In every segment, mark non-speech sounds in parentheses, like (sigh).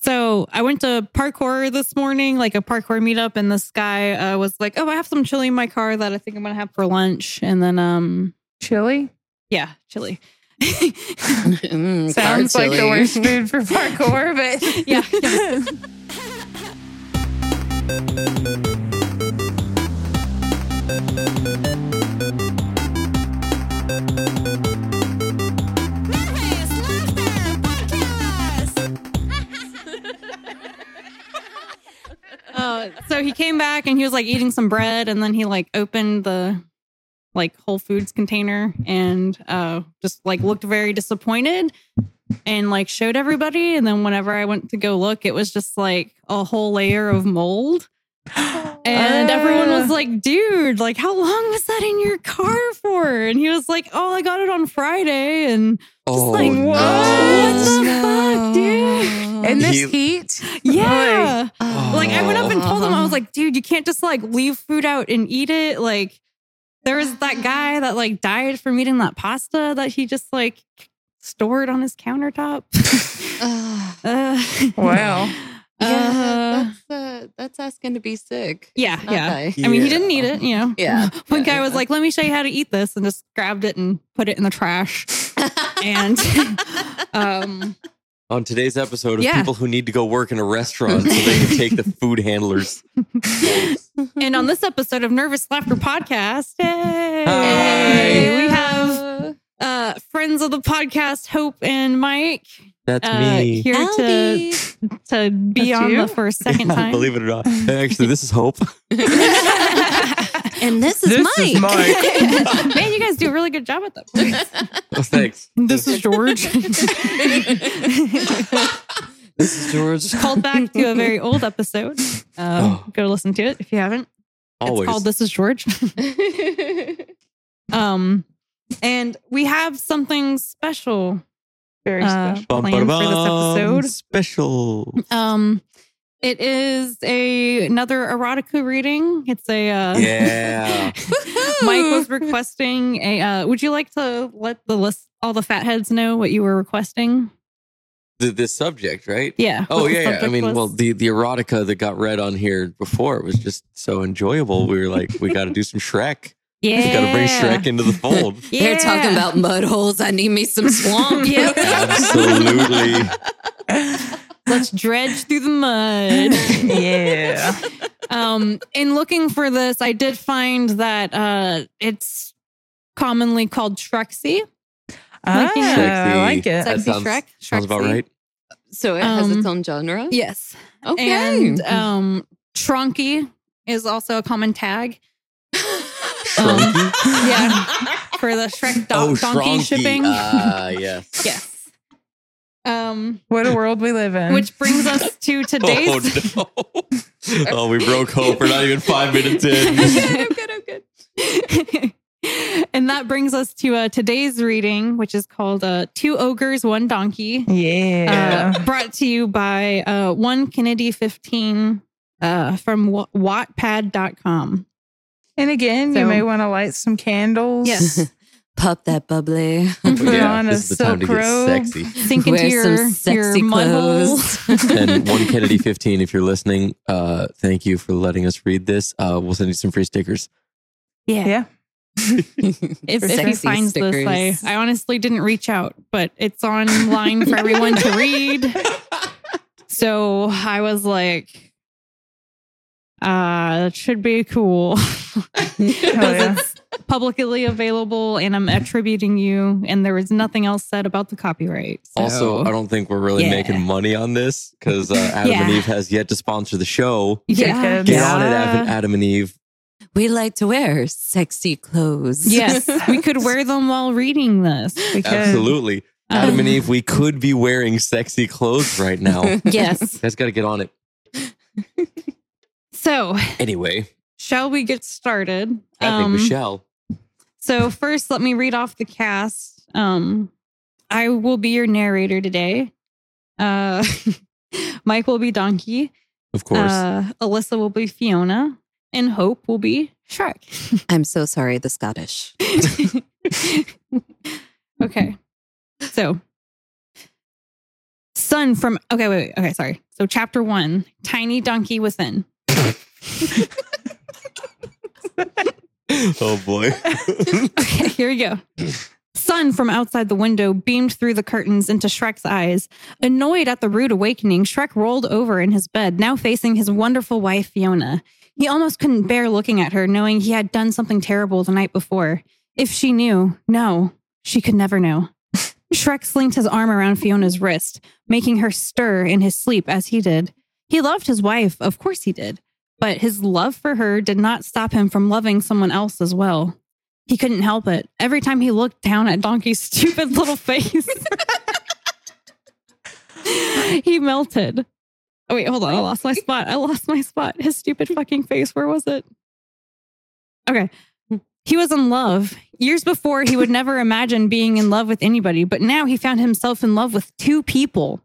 So I went to parkour this morning, like a parkour meetup, and this guy uh, was like, "Oh, I have some chili in my car that I think I'm gonna have for lunch." And then, um, Chili yeah, chili. (laughs) (laughs) Mm, sounds car like the chili. (laughs) worst food for parkour, but Yeah, yeah. (laughs) Uh, so he came back and he was like eating some bread, and then he like opened the like Whole Foods container and uh, just like looked very disappointed and like showed everybody. And then whenever I went to go look, it was just like a whole layer of mold. And everyone was like, dude, like, how long was that in your car for? And he was like, oh, I got it on Friday. And Oh, like, no. what? What the fuck, dude? in this You- heat, yeah. Oh. Like I went up and told him, I was like, dude, you can't just like leave food out and eat it. Like there was that guy that like died from eating that pasta that he just like stored on his countertop. (laughs) Ugh. uh, (laughs) (laughs) wow. uh, yeah, that's, uh, that's asking to be sick. yeah, Not yeah. nice. I mean, he didn't eat it, you know. Yeah. (laughs) One Yeah, guy was yeah. like, "Let me show you how to eat this," and just grabbed it and put it in the (laughs) trash. And um, On today's episode of Yeah. people who need to go work in a restaurant so they (laughs) can take the food handlers. and (laughs) on this episode of Nervous Laughter Podcast, hey, Hi. we have uh, friends of the podcast, Hope and Mike, That's uh, me. here to, to be That's on you? the for a (laughs) second time. (laughs) Believe it or not. Actually, this is Hope. and this is This Mike. is (laughs) (laughs) Mike. Man, you guys do a really good job at that. Oh, Thanks. (laughs) this is George. This is George. Called back to a very old episode. Um, Oh. Go listen to it if you haven't. Always. It's called This Is George. um, and we have something special Very uh, special. Bum, planned for this ba-da-bum. episode. Special. Um, it is a another erotica reading. It's a uh, Yeah. (laughs) Mike (laughs) was requesting a. Uh, would you like to let the list all the fatheads know what you were requesting? the, the subject, right? Yeah. Oh what the yeah, yeah. I subject mean, was. well, the the erotica that got read on here before was just so enjoyable. We were like, we got to do some Shrek. yeah. Got to bring Shrek into (laughs) the fold. Yeah. They're talking about mud holes. I need me some swamp. Yep. Absolutely. let's dredge through the (laughs) mud. yeah. um, in looking for this, I did find that uh, it's commonly called Shrexy. Ah, Like, you know, I (laughs) like it. Sexy sounds- Shrek. Sounds about Shrexy. right. (laughs) So it has Um, its own genre. Yes. Okay. (laughs) And um, Trunky is also a common tag. Um, Shrunky? (laughs) Yeah. For the Shrek Oh, do- donkey shrunky. shipping. Ah, (laughs) yes. yes. Um, What a world we live in. which brings us to today's. Oh no! (laughs) Oh, we broke hope. We're not even five minutes (laughs) in. I'm good. I'm good. (laughs) and that brings us to uh, today's reading, which is called uh, Two Ogres, One Donkey, yeah. uh, brought to you by uh, One Kennedy 15 uh, from w- Wattpad.com. and again, so- you may want to light some (laughs) candles. Yes. Pop that bubbly. Put on a this is the time silk to get robe. sexy. Sink into Wear your, some your sexy mud hole. clothes. (laughs) (laughs) and one Kennedy fifteen. If you're listening, uh, thank you for letting us read this. Uh, we'll send you some free stickers. Yeah. Yeah. If, For if he sexy finds this, stickers. I, I honestly didn't reach out, but it's online for everyone to read. So I was like, uh, it should be cool. (laughs) Oh, yeah. Publicly available, and I'm attributing you, and there was nothing else said about the copyright. So- Also, I don't think we're really Oh. Yeah. making money on this because uh, Adam and Yeah. Eve has yet to sponsor the show. yeah. Dickheads. Get Yeah. on it, Adam, Adam and Eve. (laughs) we like to wear sexy clothes. (laughs) Yes, we could wear them while reading this. Because, Absolutely, Adam um, and Eve. We could be wearing sexy clothes right now. You Yes. guys got to get on it So, anyway. shall we get started? Um, I think we shall. So first, let me read off the cast. Um, I will be your narrator today. Uh, (laughs) Mike will be Donkey. Of course. Uh, Alyssa will be Fiona, and Hope will be Shrek. (laughs) I'm so sorry, the Scottish. okay, so son from okay, wait, wait, okay, sorry. So chapter one, tiny donkey within. (laughs) oh boy. (laughs) Okay, here we go. Sun from outside the window beamed through the curtains into Shrek's eyes. Annoyed at the rude awakening, Shrek rolled over in his bed, now facing his wonderful wife, Fiona. He almost couldn't bear looking at her, knowing he had done something terrible the night before. If she knew, no, she could never know. (laughs) Shrek slinked his arm around Fiona's wrist, making her stir in his sleep as he did. He loved his wife, of course he did, but his love for her did not stop him from loving someone else as well. He couldn't help it. Every time he looked down at Donkey's (laughs) stupid little face, he melted. Oh, wait, hold on. I lost my spot. I lost my spot. His stupid fucking face. Where was it? Okay. He was in love. Years before, he would never imagine being in love with anybody, but now he found himself in love with two people.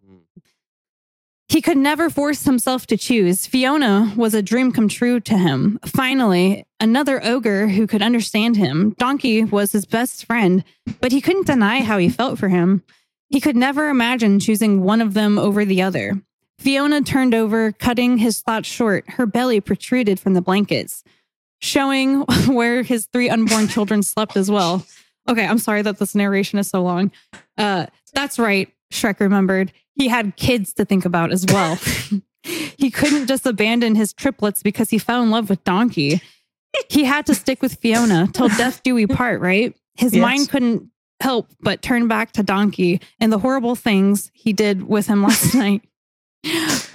He could never force himself to choose. Fiona was a dream come true to him. Finally, another ogre who could understand him. Donkey was his best friend, but he couldn't deny how he felt for him. He could never imagine choosing one of them over the other. Fiona turned over, cutting his thoughts short. Her belly protruded from the blankets, showing (laughs) where his three unborn children slept as well. Okay, I'm sorry that this narration is so long. Uh, that's right. Shrek remembered he had kids to think about as well. (laughs) he couldn't just abandon his triplets because he fell in love with Donkey. He had to stick with Fiona till death do we part, right? His Yes. mind couldn't help but turn back to Donkey and the horrible things he did with him last night.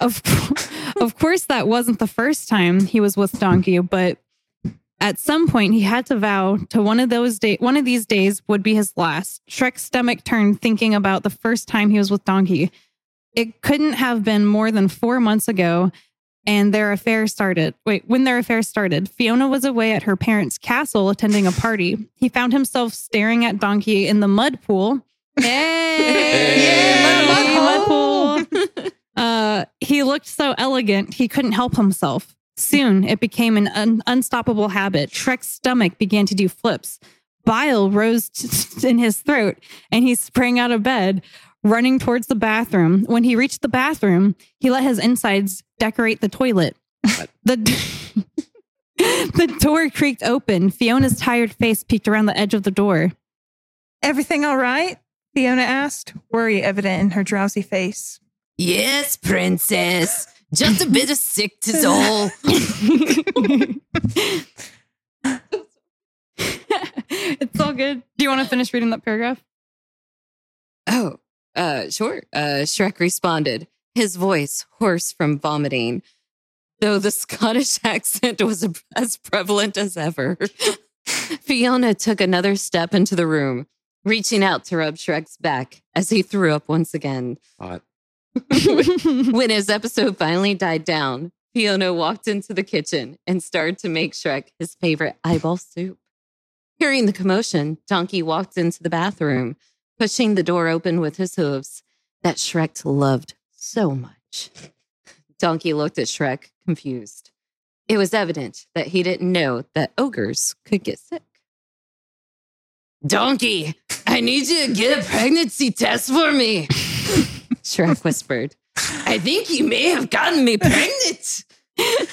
Of, co- of course, that wasn't the first time he was with Donkey, but at some point, he had to vow to one of those day, one of these days would be his last. Shrek's stomach turned thinking about the first time he was with Donkey. It couldn't have been more than four months ago, and their affair started. Wait, when their affair started, Fiona was away at her parents' castle attending a party. He found himself staring at Donkey in the mud pool. (laughs) Hey, Yay, mud mud pool. (laughs) Uh, he looked so elegant, he couldn't help himself. Soon, it became an un- unstoppable habit. Shrek's stomach began to do flips. Bile rose (laughs) in his throat, and he sprang out of bed, running towards the bathroom. When he reached the bathroom, he let his insides decorate the toilet. The, (laughs) the door creaked open. Fiona's tired face peeked around the edge of the door. (laughs) Everything all right? Fiona asked, worry evident in her drowsy face. Yes, princess. Just a bit of sick tis all. it's all good. Do you want to finish reading that (laughs) paragraph? (laughs) Oh, uh, sure. Uh, Shrek responded, his voice hoarse from vomiting, though the Scottish (laughs) accent was as prevalent as ever. (laughs) Fiona took another step into the room, reaching out to rub Shrek's back as he threw up once again. Hot. Oh, (laughs) When his episode finally died down, Fiona walked into the kitchen and started to make Shrek his favorite eyeball soup. Hearing the commotion, Donkey walked into the bathroom, pushing the door open with his hooves that Shrek loved so much. Donkey looked at Shrek, confused. It was evident that he didn't know that ogres could get sick. Donkey, I need you to get a pregnancy test for me, (laughs) Shrek whispered. I think you may have gotten me (laughs) pregnant. (laughs)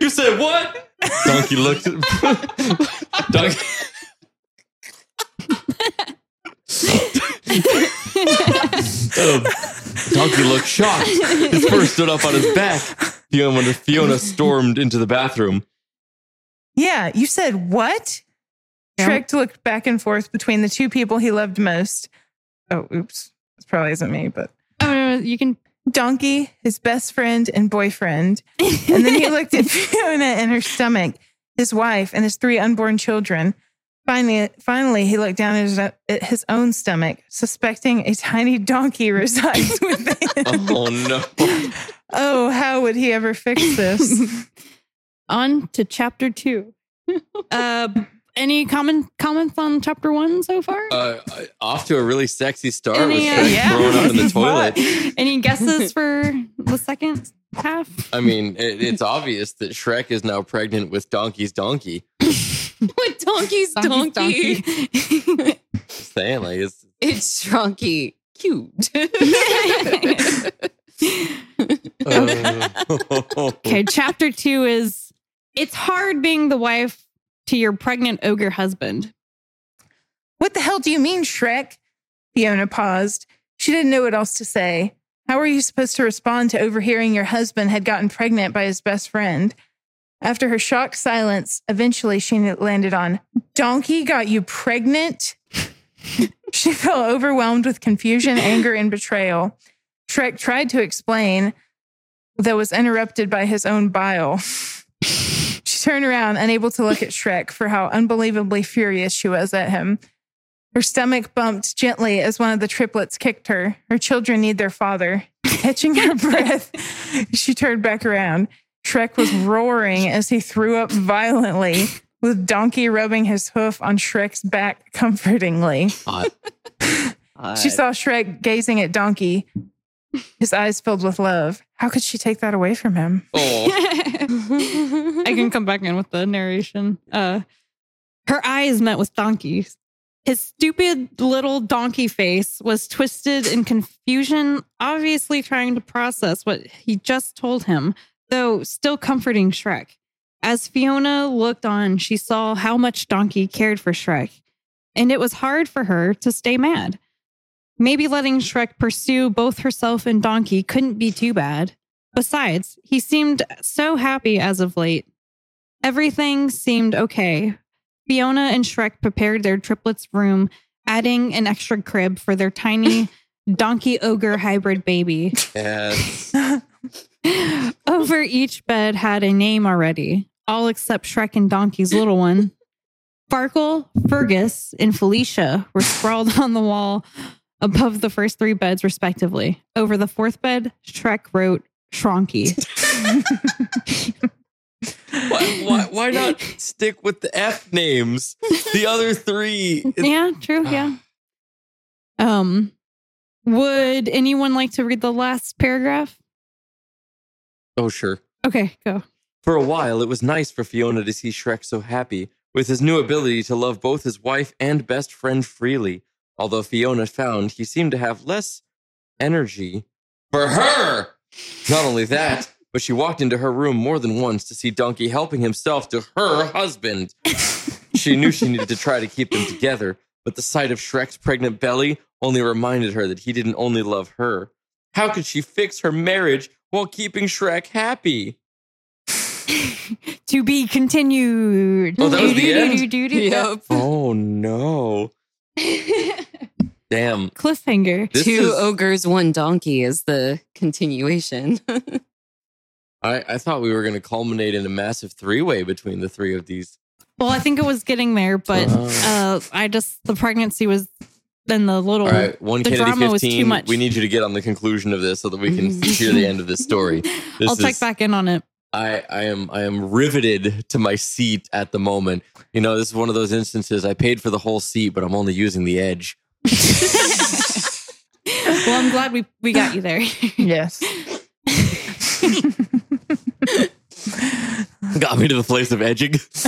You said what? Donkey looked at (laughs) Donkey. Oh, (laughs) Donkey looked shocked. His fur stood up on his back. Fiona, when Fiona stormed into the bathroom. Yeah, you said what? Yeah. Shrek looked back and forth between the two people he loved most. Oh, oops. This probably isn't me, but Oh, no, no, you can. Donkey, his best friend and boyfriend. And then (laughs) he looked at Fiona and her stomach, his wife, and his three unborn children. Finally, finally, he looked down at his, at his own stomach, suspecting a tiny donkey (laughs) resides (laughs) within. Oh no. oh, how would he ever fix this? on to chapter two. (laughs) uh, any comment comments on chapter one so far? Uh, off to a really sexy start with Yeah. Shrek Yeah. thrown up in (laughs) the This is toilet. (laughs) Any guesses for the second half? I mean, it, it's obvious that Shrek is now pregnant with Donkey's donkey. With donkey's Donkey's donkey, donkey. Just saying, like, it's (laughs) it's shrunky. (laughs) cute. (laughs) Uh, Okay, chapter two is it's hard being the wife to your pregnant ogre husband. What the hell do you mean, Shrek? Fiona paused. She didn't know what else to say. How were you supposed to respond to overhearing your husband had gotten pregnant by his best friend? After her shocked silence, eventually she landed on Donkey got you pregnant? (laughs) she felt overwhelmed with confusion, anger, and betrayal. Shrek tried to explain, though was interrupted by his own bile. she turned around, unable to look at Shrek for how unbelievably furious she was at him. Her stomach bumped gently as one of the triplets kicked her. Her children need their father. Catching her breath, she turned back around. Shrek was roaring as he threw up violently, with Donkey rubbing his hoof on Shrek's back comfortingly. hot. (laughs) She saw Shrek gazing at Donkey, his eyes filled with love. How could she take that away from him? (laughs) Oh, I can come back in with the narration. Uh, her eyes met with Donkey's. His stupid little donkey face was twisted in confusion, obviously trying to process what he just told him, though still comforting Shrek. As Fiona looked on, she saw how much Donkey cared for Shrek, and it was hard for her to stay mad. Maybe letting Shrek pursue both herself and Donkey couldn't be too bad. Besides, he seemed so happy as of late. Everything seemed okay. Fiona and Shrek prepared their triplets' room, adding an extra crib for their tiny donkey ogre hybrid baby. (laughs) yes. Over each bed had a name already, all except Shrek and Donkey's little one. Farkle, Fergus, and Felicia were scrawled on the wall above the first three beds, respectively. Over the fourth bed, Shrek wrote Shronky. Why, why, why not stick with the F names? The other (laughs) three. it- yeah, true. Ah. Yeah. Um, would anyone like to read the last paragraph? Oh, sure. Okay, go. (laughs) For a while, it was nice for Fiona to see Shrek so happy with his new ability to love both his wife and best friend freely. Although Fiona found he seemed to have less energy for her. Not only that, but she walked into her room more than once to see Donkey helping himself to her husband. she knew she needed to try to keep them together, but the sight of Shrek's pregnant belly only reminded her that he didn't only love her. How could she fix her marriage while keeping Shrek happy? To be continued. Oh, that was the end? Do-do-do-do-do. (laughs) Yep. Oh no. (laughs) Damn. Cliffhanger. This Two is, ogres, one donkey is the continuation. (laughs) I, I thought we were going to culminate in a massive three way between the three of these. Well, I think it was getting there, but Oh. uh, I just the pregnancy was then the little All right. One the Kennedy drama was too 15. much. We need you to get on the conclusion of this so that we (laughs) can hear the end of this story. This I'll check is- back in on it. I, I am I am riveted to my seat at the moment. You know, this is one of those instances I paid for the whole seat, but I'm only using the edge. (laughs) Well, I'm glad we, we got you (laughs) there. Yes. Got me to the place of edging. (laughs)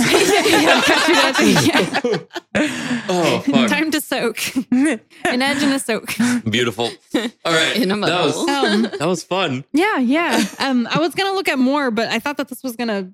oh, fuck. Time to soak. (laughs) An edge and a soak. (laughs) (laughs) Beautiful. All right. In a that was muddle. Um, that was fun. yeah, yeah. Um, I was gonna look at more, but I thought that this was gonna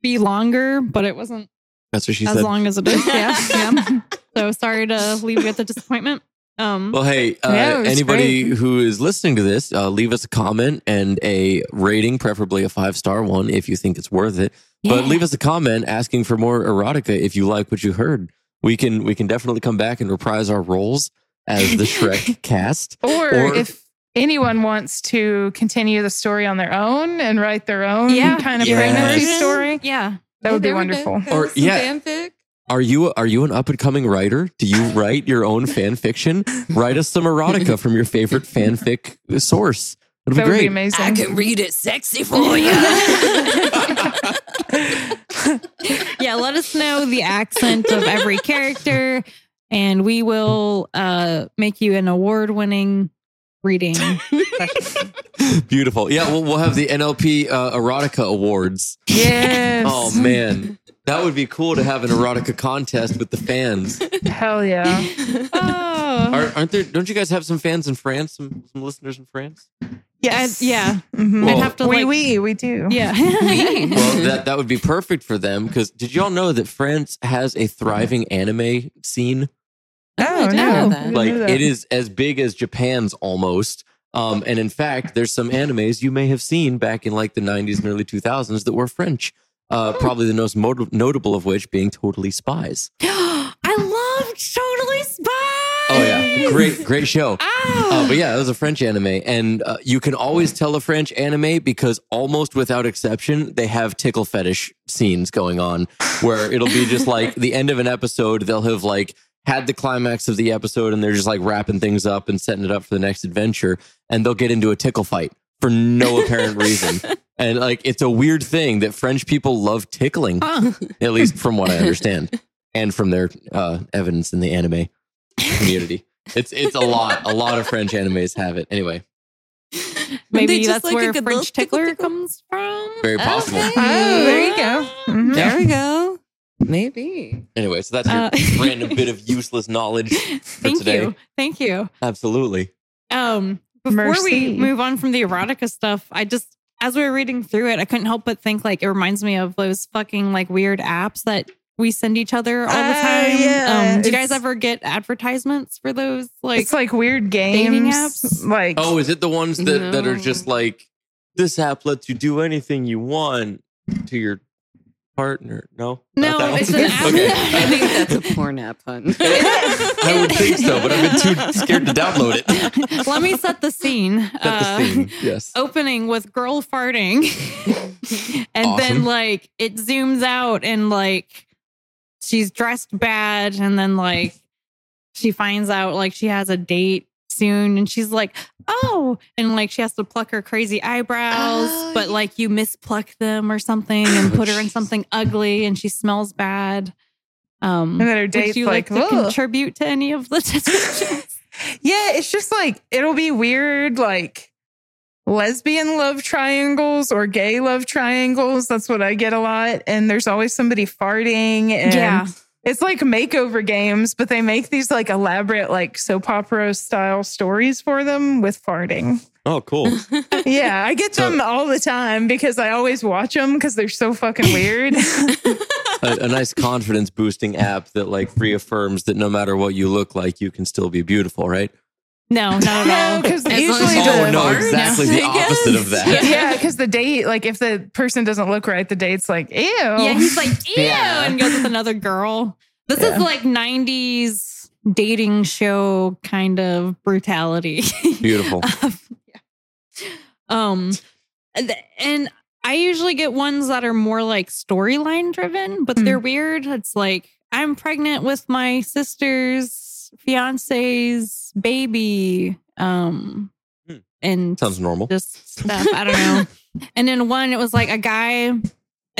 be longer, but it wasn't That's what she as said. long as it is. Yeah, yeah. So sorry to leave you at the disappointment. Um, Well, hey, uh, Yeah, it was anybody who is listening to this, uh, leave us a comment and a rating, preferably a five star one if you think it's worth it. But Yeah. leave us a comment asking for more erotica if you like what you heard. We can we can definitely come back and reprise our roles as (laughs) the Shrek cast. Or, Or- if anyone wants to continue the story on their own and write their own Yeah. kind of Yes. pregnancy story, yeah. that would be There we go. wonderful. That Or- was some yeah. fanfic. Are you are you an up and coming writer? Do you write your own fan fiction? Write us some erotica from your favorite fanfic source. It'll That be would be great. amazing. read it sexy (laughs) yeah, let us know the accent of every character, and we will uh, make you an award winning (laughs) reading. Beautiful. Yeah, we'll, we'll have the NLP uh, erotica awards. yes. Oh man, That would be cool to have an erotica contest with the fans. Hell yeah. Oh. Are, aren't there? Don't you guys have some fans in France? Some some listeners in France? Yes. yeah. Mhm. Well- I'd have to we, like we, we do. Yeah. Well, that that would be perfect for them. Because did y'all know that France has a thriving anime scene? Oh, didn't no. know that. We knew Like that. it is as big as Japan's almost. Um, and in fact, there's some animes you may have seen back in like the 90s and early 2000s that were French. Uh, probably the most mod- notable of which being Totally Spies. (gasps) I love Totally Spies. Oh yeah, great great show. Oh. (laughs) Uh, but yeah, it was a French anime, and uh, you can always tell a French anime because almost without exception, they have tickle fetish scenes going on, where it'll be just like the end of an episode, they'll have like had the climax of the episode, and they're just like wrapping things up and setting it up for the next adventure, and they'll get into a tickle fight for no apparent reason, and like it's a weird thing that French people love tickling, Huh. at least from (laughs) what I understand, and from their uh, evidence in the anime community. It's it's a lot. A lot of French animes have it. Anyway, They Maybe just that's like a where good French little tickler tickle. comes from. very possible. Okay. Oh, there you go. Mhm. Yeah. There we go. Maybe. Anyway, so that's Uh, (laughs) your random bit of useless knowledge. Thank today. you. Thank you. Absolutely. Um, before Mercy. we move on from the erotica stuff, I just as we were reading through it, I couldn't help but think like it reminds me of those fucking like weird apps that we send each other all the Oh, time. yeah. Um, do you guys It's- ever get advertisements for those? Like, it's like weird dating games. apps? Like Oh, is it the ones that, that are just No. like this app lets you do anything you want to your partner? No, No, Not that it's one? an app. (laughs) Okay. (laughs) I think that's a porn app, hun. (laughs) I would think so, but I've been (laughs) too scared to download it. Set let me set the scene. the Uh, (laughs) scene. Yes. opening with girl (laughs) farting and Awesome. then like it zooms out and like she's dressed bad and then like she finds out like she has a date soon and she's like oh and like she has to pluck her crazy eyebrows Oh, but yeah. like you mispluck them or something and put her in something ugly and she smells bad um and then her would date's you like, like, to "Ugh." contribute to any of the (laughs) descriptions yeah, it's just like it'll be weird, like lesbian love triangles or gay love triangles. That's what I get a lot. And there's always somebody farting. And Yeah. it's like makeover games, but they make these like elaborate, like soap opera style stories for them with (laughs) farting. Oh, cool. yeah, I get So- them all the time because I always watch them because they're so fucking (laughs) weird. a, a nice confidence boosting app that like reaffirms that no matter what you look like, you can still be beautiful, right? no not at (laughs) no, all because As usually long as you the Oh no, Fart? exactly the Yeah. opposite of that. yeah, because the date, like if the person doesn't look right, the date's like, ew. Yeah, he's like, ew, Oh. (laughs) Yeah. and goes with another girl. This Yeah. is like 90s dating show kind of brutality. (laughs) Beautiful. Uh, um, yeah. um, and- and I usually get ones that are more like storyline driven, but Hmm. they're weird. It's like, I'm pregnant with my sister's fiance's baby. Um, Hmm. and Sounds normal. just stuff. I don't (laughs) know. and then one, it was like a guy. I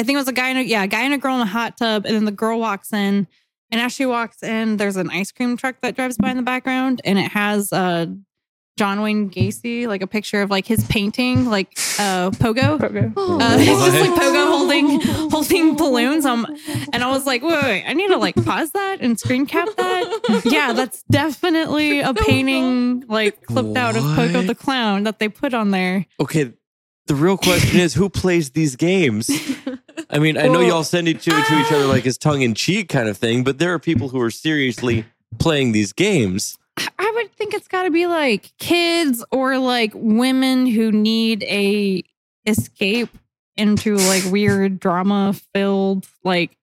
think it was a guy. And a, yeah, a guy and a girl in a hot tub, and then the girl walks in. And as she walks in, there's an ice cream truck that drives by in the background, and it has uh, John Wayne Gacy, like a picture of like his painting, like uh, Pogo. Okay. Uh, it's just like What? pogo holding holding balloons. Um, and I was like, wait, wait, wait, I need to like pause that and screen cap that. Yeah, that's definitely (laughs) a painting like clipped out of Pogo What? the Clown that they put on there. Okay. The real question is who plays these (laughs) games? I mean, I know Well- y'all send it to, to each other like it's tongue in cheek kind of thing, but there are people who are seriously playing these games. I would think it's got to be like kids or like women who need a escape into like weird drama filled like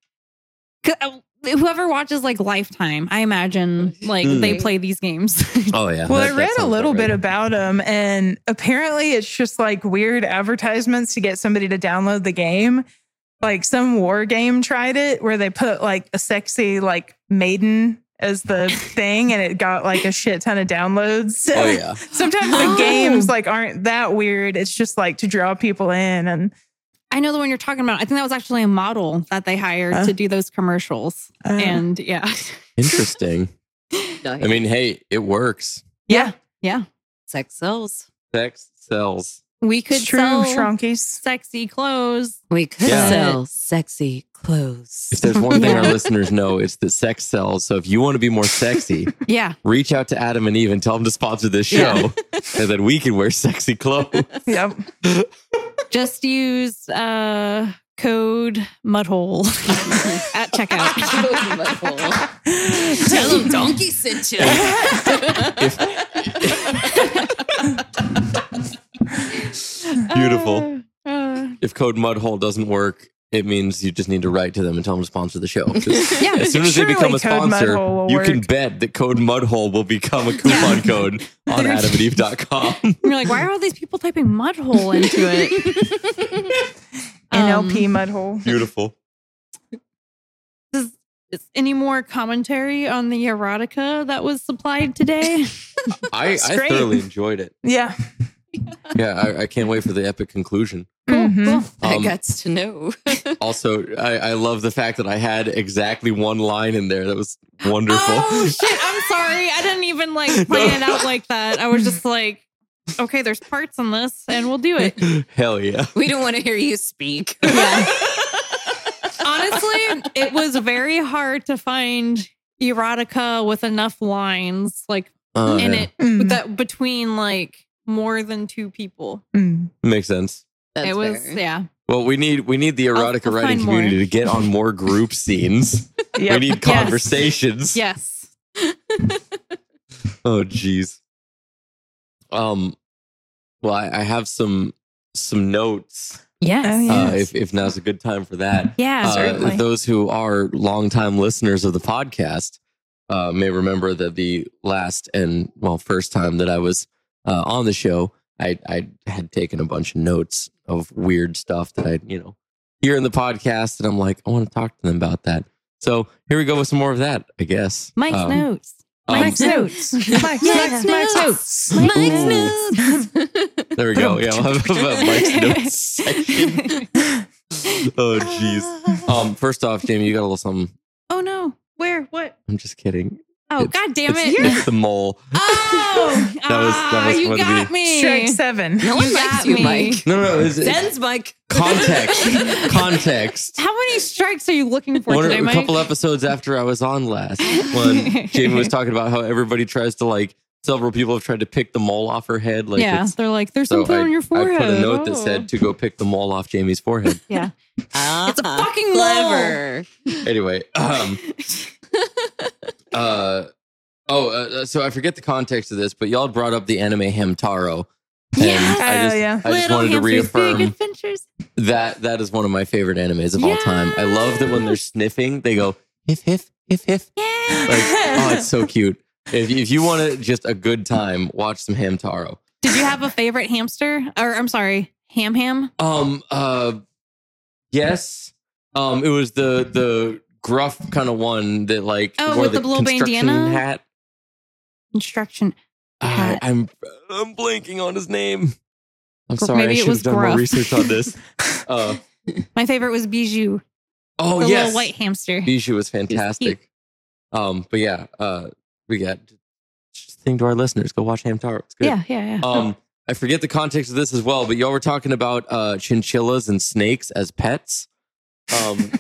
c- uh, whoever watches like Lifetime, I Oh, imagine like Hmm. Mm. they play these games. (laughs) Oh yeah. Well, I read a little bit about them, and apparently it's just like weird advertisements to get somebody to download the game. Like some war game tried it where they put like a sexy like maiden as (laughs) the thing, and it got like a shit ton of downloads. So Oh (laughs) yeah. sometimes the games like aren't that weird. It's just like to draw people in, and I know the one you're talking about. I think that was actually a model that they hired Huh? to do those commercials. uh, and yeah. Interesting. (laughs) I mean, hey, it works. yeah, Yeah. sex sells. Sex sells. We could It's true, sell (laughs) Shrunkies. sexy clothes. We could Yeah. sell sexy clothes. (laughs) If there's one thing our Yeah. listeners know, it's that sex sells. So if you want to be (laughs) more sexy, Yeah. reach out to Adam and Eve and tell them to sponsor this show, Yeah. (laughs) and then we can wear sexy clothes. Yep. Just use uh, code mudhole at checkout. Tell him Donkey sent you. (laughs) Beautiful. Uh, uh, If code mudhole doesn't work, it means you just need to write to them and tell them to sponsor the show. (laughs) 'Cause yeah. As soon as they Surely become a code sponsor, Mudhole will you can work. bet that code mudhole will become a coupon code (laughs) on adamandeve.com. You're like, why are all these people typing mudhole into it? Um, NLP mudhole. Beautiful. Is any more commentary on the erotica that was supplied today? I, I It's great. thoroughly enjoyed it. Yeah. Yeah, I, I can't wait for the (laughs) epic conclusion. Mhm. I Um, got to know. Also, I, I love the fact that I had exactly one line in there that was wonderful. Oh shit! I'm sorry. I didn't even like plan it out like that. I was just like, okay, there's parts in this, and we'll do it. (laughs) Hell yeah. (laughs) we don't want to hear you speak. Honestly, it was very hard to find erotica with enough lines like Uh, in yeah. it Mm. that between like more than two people. Mm. Makes sense. That's it was fair. yeah. Well, we need we need the erotica I'll writing find more. community to get on more (laughs) group scenes. Yep. We need Yes. conversations. Yes. Oh jeez. Um well, I, I have some some notes. Yes. Oh, yeah. Uh, Yes. if if now's a good time for that. Yeah. Uh, certainly. those who are longtime listeners of the podcast uh, may remember that the last and well first time that I was uh, on the show, I, I had taken a bunch of notes of weird stuff that I you know hear in the podcast, and I'm like, I want to talk to them about that. So here we go with some more of that, I guess. Mike's Um, notes. um, Mike's notes. (laughs) Mike's, Mike's, Mike's, Mike's notes. Mike's Ooh. notes. There we go. Yeah, we'll have (laughs) a Mike's notes section. Oh (laughs) jeez. Um, first off, Jamie, you got a little something. oh no. Where? What? I'm just kidding. Oh It's- god damn it's, it. (laughs) it's the mole. Oh, That was- that ah, was you one of got the- me. Strike seven. No one You likes got you, me. Mike. No, no, no. It's, it's Sends Mike. (laughs) context. context. How many strikes are you looking for One or- today, a Mike? couple episodes after I was on last, when (laughs) Jamie was talking about how everybody tries to like several people have tried to pick the mole off her head. Like, yeah, it's- they're like, there's so something I, on your I forehead. put a note that Oh. said to go pick the mole off Jamie's forehead. yeah. It's a fucking Ah, clever. (laughs) anyway, um, uh, oh, uh, so I forget the context of this, but y'all brought up the anime Hamtaro, and I Oh, just, yeah. I just Little wanted to hamsters, reaffirm big adventures. That that is one of my favorite animes of all time. I love that when they're sniffing, they go hiff hiff hiff hiff. Yeah. (laughs) Like, oh, it's so cute. If if you want to just a good time, watch some Hamtaro. Did you have a favorite hamster? Or I'm sorry, ham ham. Um, uh, yes. Um, it was the the gruff kind of one that like Oh, wore with the blue construction bandana? hat. Instruction. I, Hat. I'm I'm blanking on his name. I'm Gr- sorry. maybe I it should was have done more Gruff. research (laughs) on this. Uh, My favorite was Bijou, oh the yes, little white hamster. Bijou was fantastic. Um, but yeah, uh, we got just thing to our listeners. Go watch Hamtaro. It's good. Yeah, yeah, yeah. (laughs) Um, I forget the context of this as well, but y'all were talking about uh, chinchillas and snakes as pets. Um,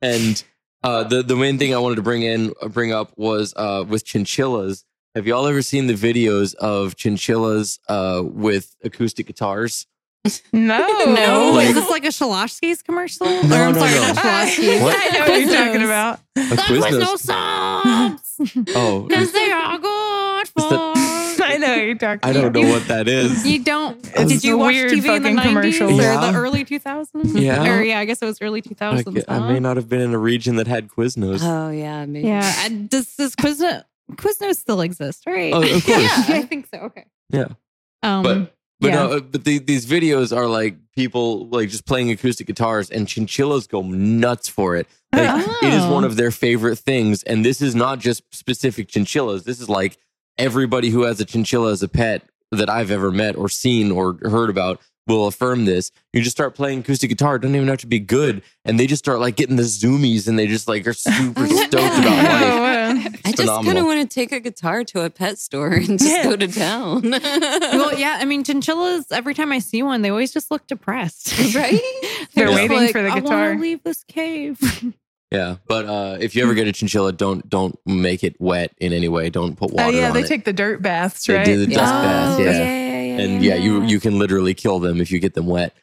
and uh, the the main thing I wanted to bring in bring up was uh, with chinchillas. Have y'all ever seen the videos of chinchillas uh, with (laughs) acoustic guitars? No. Oh no, Oh, like- is this like a Shalashki's commercial? No, or I'm no, sorry, no. not Shalashki's. What? I know what you're talking Quiznos. about. There was no sobs Oh, because they are good Is for. I know what you're talking I don't (laughs) about. know what that is. You don't? It's did you a watch weird TV in the fucking nineties or commercial. Yeah. the early two thousands? Yeah. or yeah, I guess it was early two I, thousands. I may not have been in a region that had Quiznos. Oh yeah, maybe. Yeah, and does this Quiznos Quiznos still exist? Right? Oh, of course. yeah, I think so. Okay. Yeah. Um, But- But Yeah. no, uh, but the, these videos are like people like just playing acoustic guitars, and chinchillas go nuts for it. Like Uh-huh. uh, it is Oh. one of their favorite things, and this is not just specific chinchillas. This is like everybody who has a chinchilla as a pet that I've ever met or seen or heard about will affirm this. You just start playing acoustic guitar; it doesn't even have to be (laughs) good, and they just start like getting the zoomies, and they just like are super stoked Oh, about life. wow. I just kind phenomenal. of want to take a guitar to a pet store and just Yeah. go to town. Oh. well, yeah. I mean, chinchillas. Every time I see one, they always just look depressed, (laughs) (laughs) Right? They're just waiting for the "I wanna guitar." leave this (laughs) cave. Yeah, but uh, if you ever get a chinchilla, don't don't make it wet in any way. Don't put water. oh yeah, on they it. take the dirt baths, They right? do the Yeah. dust bath. Oh, Yeah. yeah, yeah, and yeah, you you can literally kill them if you get them wet.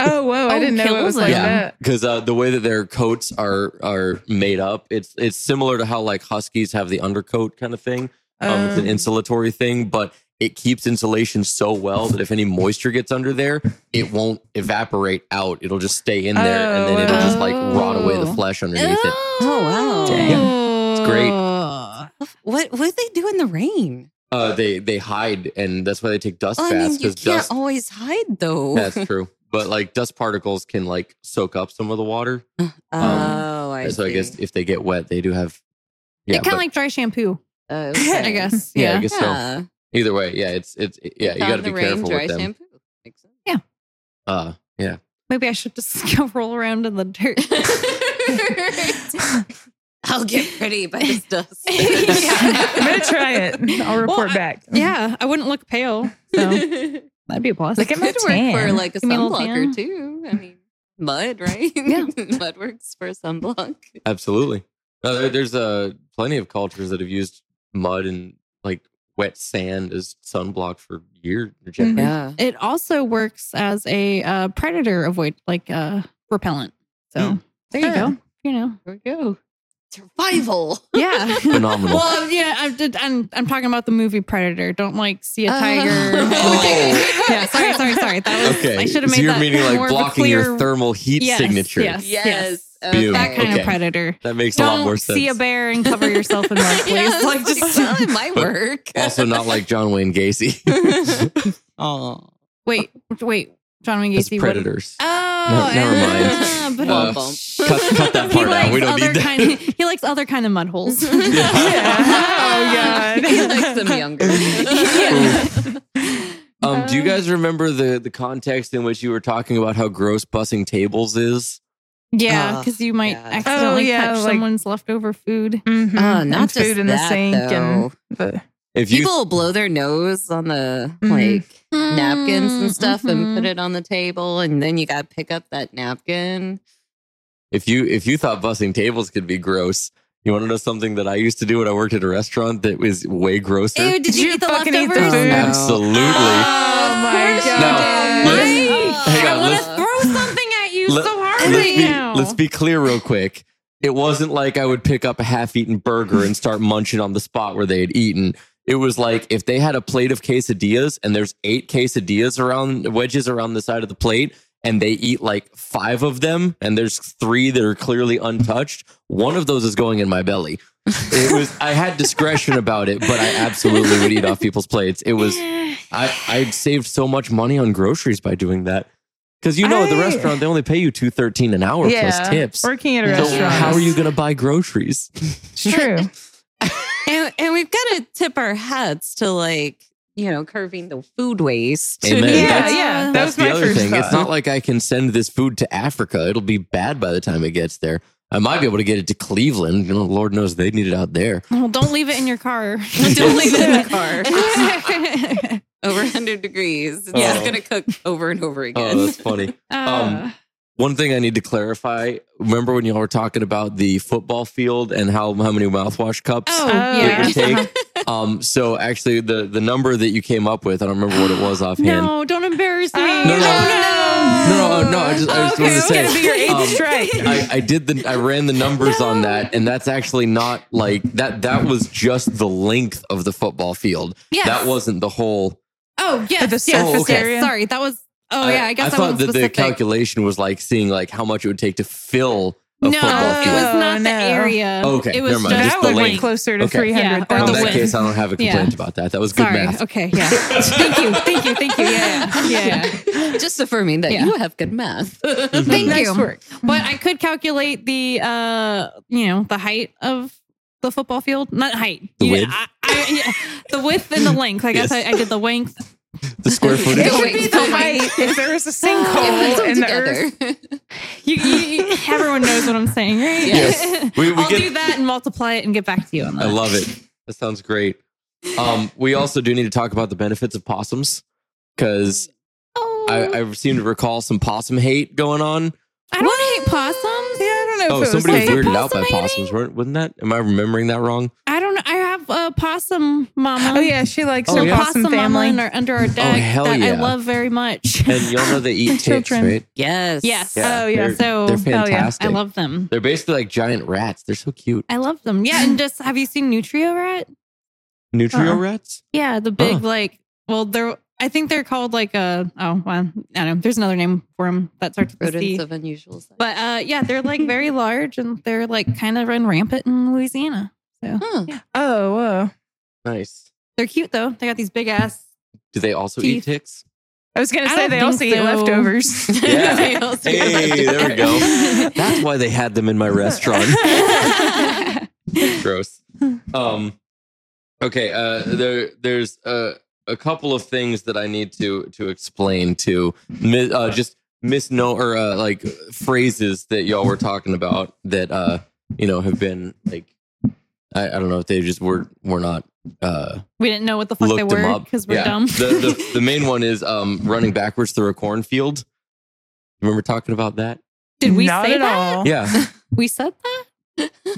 Oh whoa, Oh, I didn't know it kills was like them. that. because uh, the way that their coats are are made up, it's it's similar to how like huskies have the undercoat kind of thing. Um, it's an Um, insulatory thing, but it keeps insulation so well that if any moisture gets under there, it won't evaporate out. It'll just stay in there, and then Oh, it'll just like wow. rot away the flesh underneath it. Oh. wow. Yeah. It's great. What what do they do in the rain? Uh, they they hide, and that's why they take dust Well, I mean, baths Oh, you because can't dust. Um, always hide though. (laughs) That's true, but like dust particles can like soak up some of the water. oh, I so I guess see. if they get wet, they do have. Yeah, kind but- of like dry shampoo, (laughs) Oh, Okay. I guess. yeah, I Yeah. guess (laughs) so. Either way, yeah, it's it's yeah, you got to Found be the rain, careful dry with them. shampoo. Makes sense. Uh, yeah, Maybe I should just (laughs) go roll around in the (laughs) dirt. (laughs) I'll get pretty by this (laughs) dust. (laughs) I'm gonna try it. I'll report I- back. yeah, I wouldn't look pale. (laughs) So (laughs) that'd be a plus. Look at my Could work for tan. like a Give me a little tan. sunblocker too. I mean, mud, right? Yeah. (laughs) mud works for sunblock. absolutely. No, there, there's uh, plenty of cultures that have used mud and like wet sand as sunblock for years. Mm-hmm. or generations. Yeah. It also works as a uh, predator avoid, like uh, repellent. So there you Huh. go. You know, Here we go. Survival. yeah. Phenomenal. (laughs) well, yeah, I'm, just- I'm I'm talking about the movie Predator. Don't like see a tiger. Uh-huh. (laughs) Oh. (laughs) (laughs) yeah, sorry, sorry, sorry. That was Okay, I should have made so you're that meaning more like of a blocking your clear- thermal heat Yes, signature. yes. Yes. Beautiful. that kind Okay. of predator. That makes a lot more Don't sense. see a bear and cover yourself in mud, please. Yeah, like it's just well, it might But work. (laughs) also, not like John Wayne Gacy. (laughs) oh. (laughs) wait, wait, John Wayne It's Gacy. what- (laughs) predators. Oh, No, never mind. ah, (laughs) but- Uh, (laughs) cut, cut that he part likes out. We don't other need that. kind. he likes other kind of mud (laughs) holes. (laughs) Yeah. Oh, God. He likes (laughs) them younger. Um, Uh-huh. do you guys remember the the context in which you were talking about how gross bussing tables is? Yeah, Oh, because you might God. accidentally Oh, yeah, touch like- someone's leftover food. Mhm. Oh, And not just food in the that, sink though. and the If you People will blow their nose on the Mm-hmm. Mhm. like napkins and stuff and put Mhm. it on the table, and then you got to pick up that napkin. if you if you thought bussing tables could be gross, you want to know something that I used to do when I worked at a restaurant that was way grosser. Ew, did you, you eat the fucking eat the leftovers? food? no. Absolutely. Oh my Of course you God. did. Let's- Mike, hang I on, want let's- (laughs) to throw something at you Let- so hard let's, right be, now. let's be clear real quick. It wasn't like I would pick up a half-eaten burger and start munching on the spot where they had eaten. It was like if they had a plate of quesadillas and there's eight quesadillas around wedges around the side of the plate and they eat like five of them and there's three that are clearly untouched, one of those is going in my belly. It was I had discretion about it, but I absolutely would eat off people's plates. It was I I saved so much money on groceries by doing that. Because you know at the I- restaurant they only pay you two thirteen an hour plus tips. Working at a So restaurant. how are you going to buy groceries? It's true. And, and we've got to tip our hats to like you know curving the food waste. (laughs) Amen. yeah, (laughs) that's- yeah. That That's was my the other first thing. It's thought. not like I can send this food to Africa. It'll be bad by the time it gets there. I might be able to get it to Cleveland. You know, Lord knows they need it out there. well, don't leave it in your car. (laughs) Don't leave it in the car. (laughs) over 100 degrees. It's Oh. just going to cook over and over again. Oh, that's funny. Uh, Um, One thing I need to clarify. Remember when y'all were talking about the football field and how how many mouthwash cups? oh, Oh, yeah. that you take. um, so actually, the the number that you came up with, I don't remember what it (gasps) was (laughs) offhand. No, don't embarrass me. Oh, No, no. Oh, No, no, no, I just- I just wanted to okay, say, it's gonna be your eighth um, strike. I, I did the I ran the numbers on that, and that's actually not like that. That was just the length of the football field. Yes. That wasn't the whole. Oh, yes, the yes, surface yes, yes. area. Sorry, that was. Oh, yeah. I guess I, thought wasn't that specific. the calculation was like seeing like how much it would take to fill a no, football it field. was not Oh, the no. area. Okay, it was never mind, just that just the would be length. closer to Okay. three hundred Yeah, or Um, In the that win. thousand. case, I don't have a complaint Yeah. about that. That was good Sorry. (laughs) math. Okay. Yeah. thank you. Thank you. Thank you. (laughs) Yeah. Yeah. (laughs) Just affirming that Yeah. you have good math. (laughs) Mm-hmm. Thank Nice you. work. Mm. But I could calculate the uh you know the height of the football field, not height, The You- width? I, I, yeah, the width and the length. I guess Yes. I, I did the length The square footage. It Go would wait, be go the wait. light if there (laughs) was a It If sinkhole puts them in the earth. together. (laughs) You, you, you- everyone knows what I'm saying, right? (laughs) Yes. We- (laughs) we I'll get- do that and multiply it and get back to you on that. I love it. That sounds great. Um, we also do need to talk about the benefits of possums because Oh, I, I, I seem to recall some possum hate going on. don't hate possums. Yeah, I don't know if Oh, it was somebody was like, weirded out by possum possums, weren't- wasn't that? Am I remembering that wrong? I don't. know. I have a possum mama. Oh yeah, she likes Oh, her yeah. possum, mama family. in our, under our deck Oh, hell that I yeah. love very much. And y'all know they eat ticks, Children. right? yes. (laughs) yes. Yeah. Oh, yeah. They're, So- they're Oh, yeah. I fantastic. I love them. They're basically like giant rats. They're so cute. I love them. Yeah, and just have you seen Nutrio Rat? Nutrio Uh-uh. rats? Yeah, the big Huh. like. Well, they're. I think they're called like a. Oh, well, I don't know. There's another name for them that starts with a C. Rodents of unusual size. But uh, yeah, they're (laughs) like very large and they're like kind of run rampant in Louisiana. So Huh. Oh, whoa. Nice. they're cute though. They got these big ass. (laughs) Do they also eat Teeth. (laughs) ticks? I was gonna I don't say they think also eat so. (laughs) leftovers. (laughs) Yeah. They also- Hey, there we go. That's why they had them in my restaurant. (laughs) Gross. Um, okay. Uh, there, there's uh, a couple of things that I need to to explain to mi- uh, just misnomer uh, like phrases that y'all were talking about that uh, you know have been like I, I don't know if they just were were not uh, we didn't know what the fuck looked they them were up because we're Yeah. dumb. the, the the main one is um, running backwards through a cornfield. Remember talking about that? (laughs) Did we Not say at that? all. Yeah. (laughs) We said that.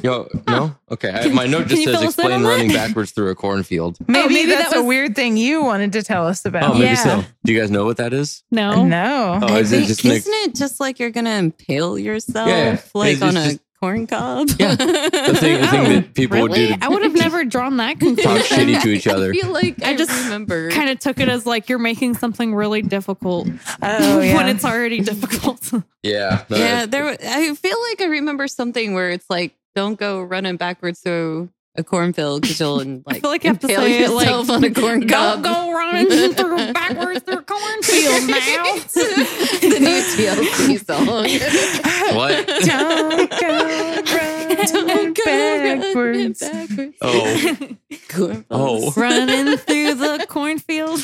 Yo, no? Okay. I, my note Can just you says fill us in on explain that?" running backwards through a cornfield. Maybe, Oh, maybe that's that a was- weird thing you wanted to tell us Oh, about. maybe Yeah. so. Do you guys know what that is? No. No. Oh, I is it think- just an ex- isn't it just like you're gonna impale yourself Yeah. It's- like it's on a just- corn cob? (laughs) Yeah. the thing, the thing Oh, that people would do Really? to I would have never drawn that (laughs) talk conclusion. (laughs) shitty to each other? I feel like I I, just just remember. kind of took it as like you're making something really difficult (laughs) (laughs) Oh when yeah. it's already difficult. (laughs) Yeah. no, yeah, that's- there. wa- I feel like I remember something where it's like, don't go running backwards through a cornfield because you'll and (laughs) I like, feel like I have to impale say it like yourself on a corn (laughs) go cob. go running through backwards through a (laughs) cornfield now. (laughs) the new (laughs) TLC song. What? (laughs) Don't go running Don't go running backwards. backwards. Oh. Cornfields. Oh. running through the cornfield.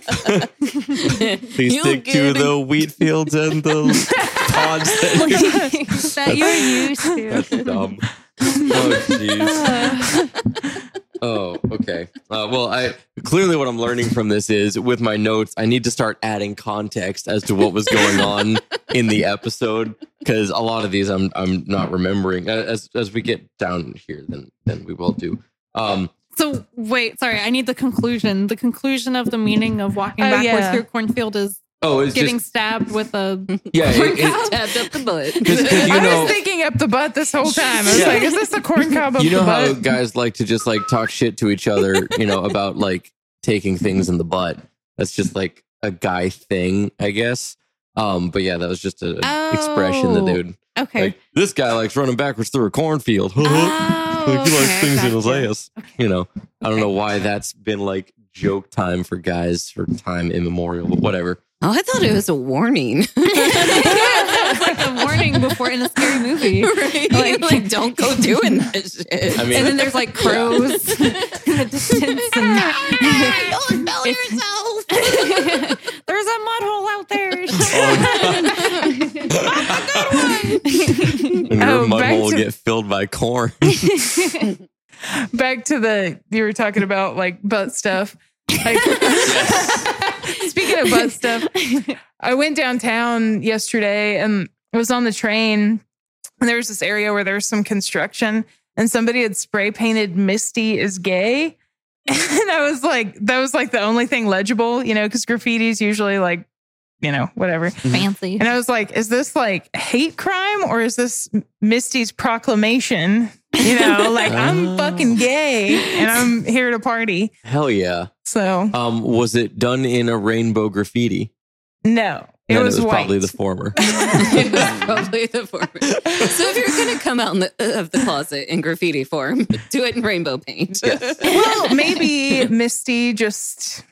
Please (laughs) You'll stick to get the wheat fields and the pods. That (laughs) that you're used (laughs) That's to. dumb. Oh, jeez. Oh, okay. Uh, well, I clearly what I'm learning from this is with my notes, I need to start adding context as to what was going on in the episode because a lot of these I'm I'm not remembering. Uh, As as we get down here, then then we will do. Um, (laughs) So wait, sorry, I need the conclusion. The conclusion of the meaning of walking Oh, backwards yeah. through a cornfield is oh, it's getting just stabbed with a yeah. It, (laughs) it, Tapped up the (laughs) butt. 'Cause- 'cause you I know- was thinking up the butt this whole time. I was Yeah. like, is this the corn cob up (laughs) you know the how butt? guys like to just like talk shit to each other, you know, about like taking things in the butt. That's just like a guy thing, I guess. Um, but yeah, that was just an expression that they Oh. would okay. Like, this guy likes running backwards through a cornfield. (laughs) Oh, like, he likes okay, things in (laughs) his gotcha. ass. You know, I don't know why that's been like joke time for guys for time immemorial, but whatever. (laughs) Oh, I thought it was a warning. (laughs) It's like a warning before in a scary movie. right? Like- Like, don't go doing that shit. I mean, And then there's like crows in the distance. And (laughs) You'll expel yourself. (laughs) There's a mud hole out there. (laughs) and your Oh, mud back hole will to- get filled by corn. (laughs) back to the you were talking about like butt stuff. Like, (laughs) speaking of butt stuff, I went downtown yesterday and I was on the train, and there was this area where there was some construction, and somebody had spray painted "Misty is gay," (laughs) and I was like, that was like the only thing legible, you know, because graffiti is usually like, you know, whatever. Fancy. And I was like, is this like hate crime or is this Misty's proclamation? You (laughs) know, like Oh. I'm fucking gay and I'm here to party. Hell yeah. So Um, was it done in a rainbow graffiti? no, it Then was, white. probably the former. It was probably the former. So if you're gonna come out in the, uh, of the closet in graffiti (laughs) form, do it in rainbow paint. well, maybe Misty just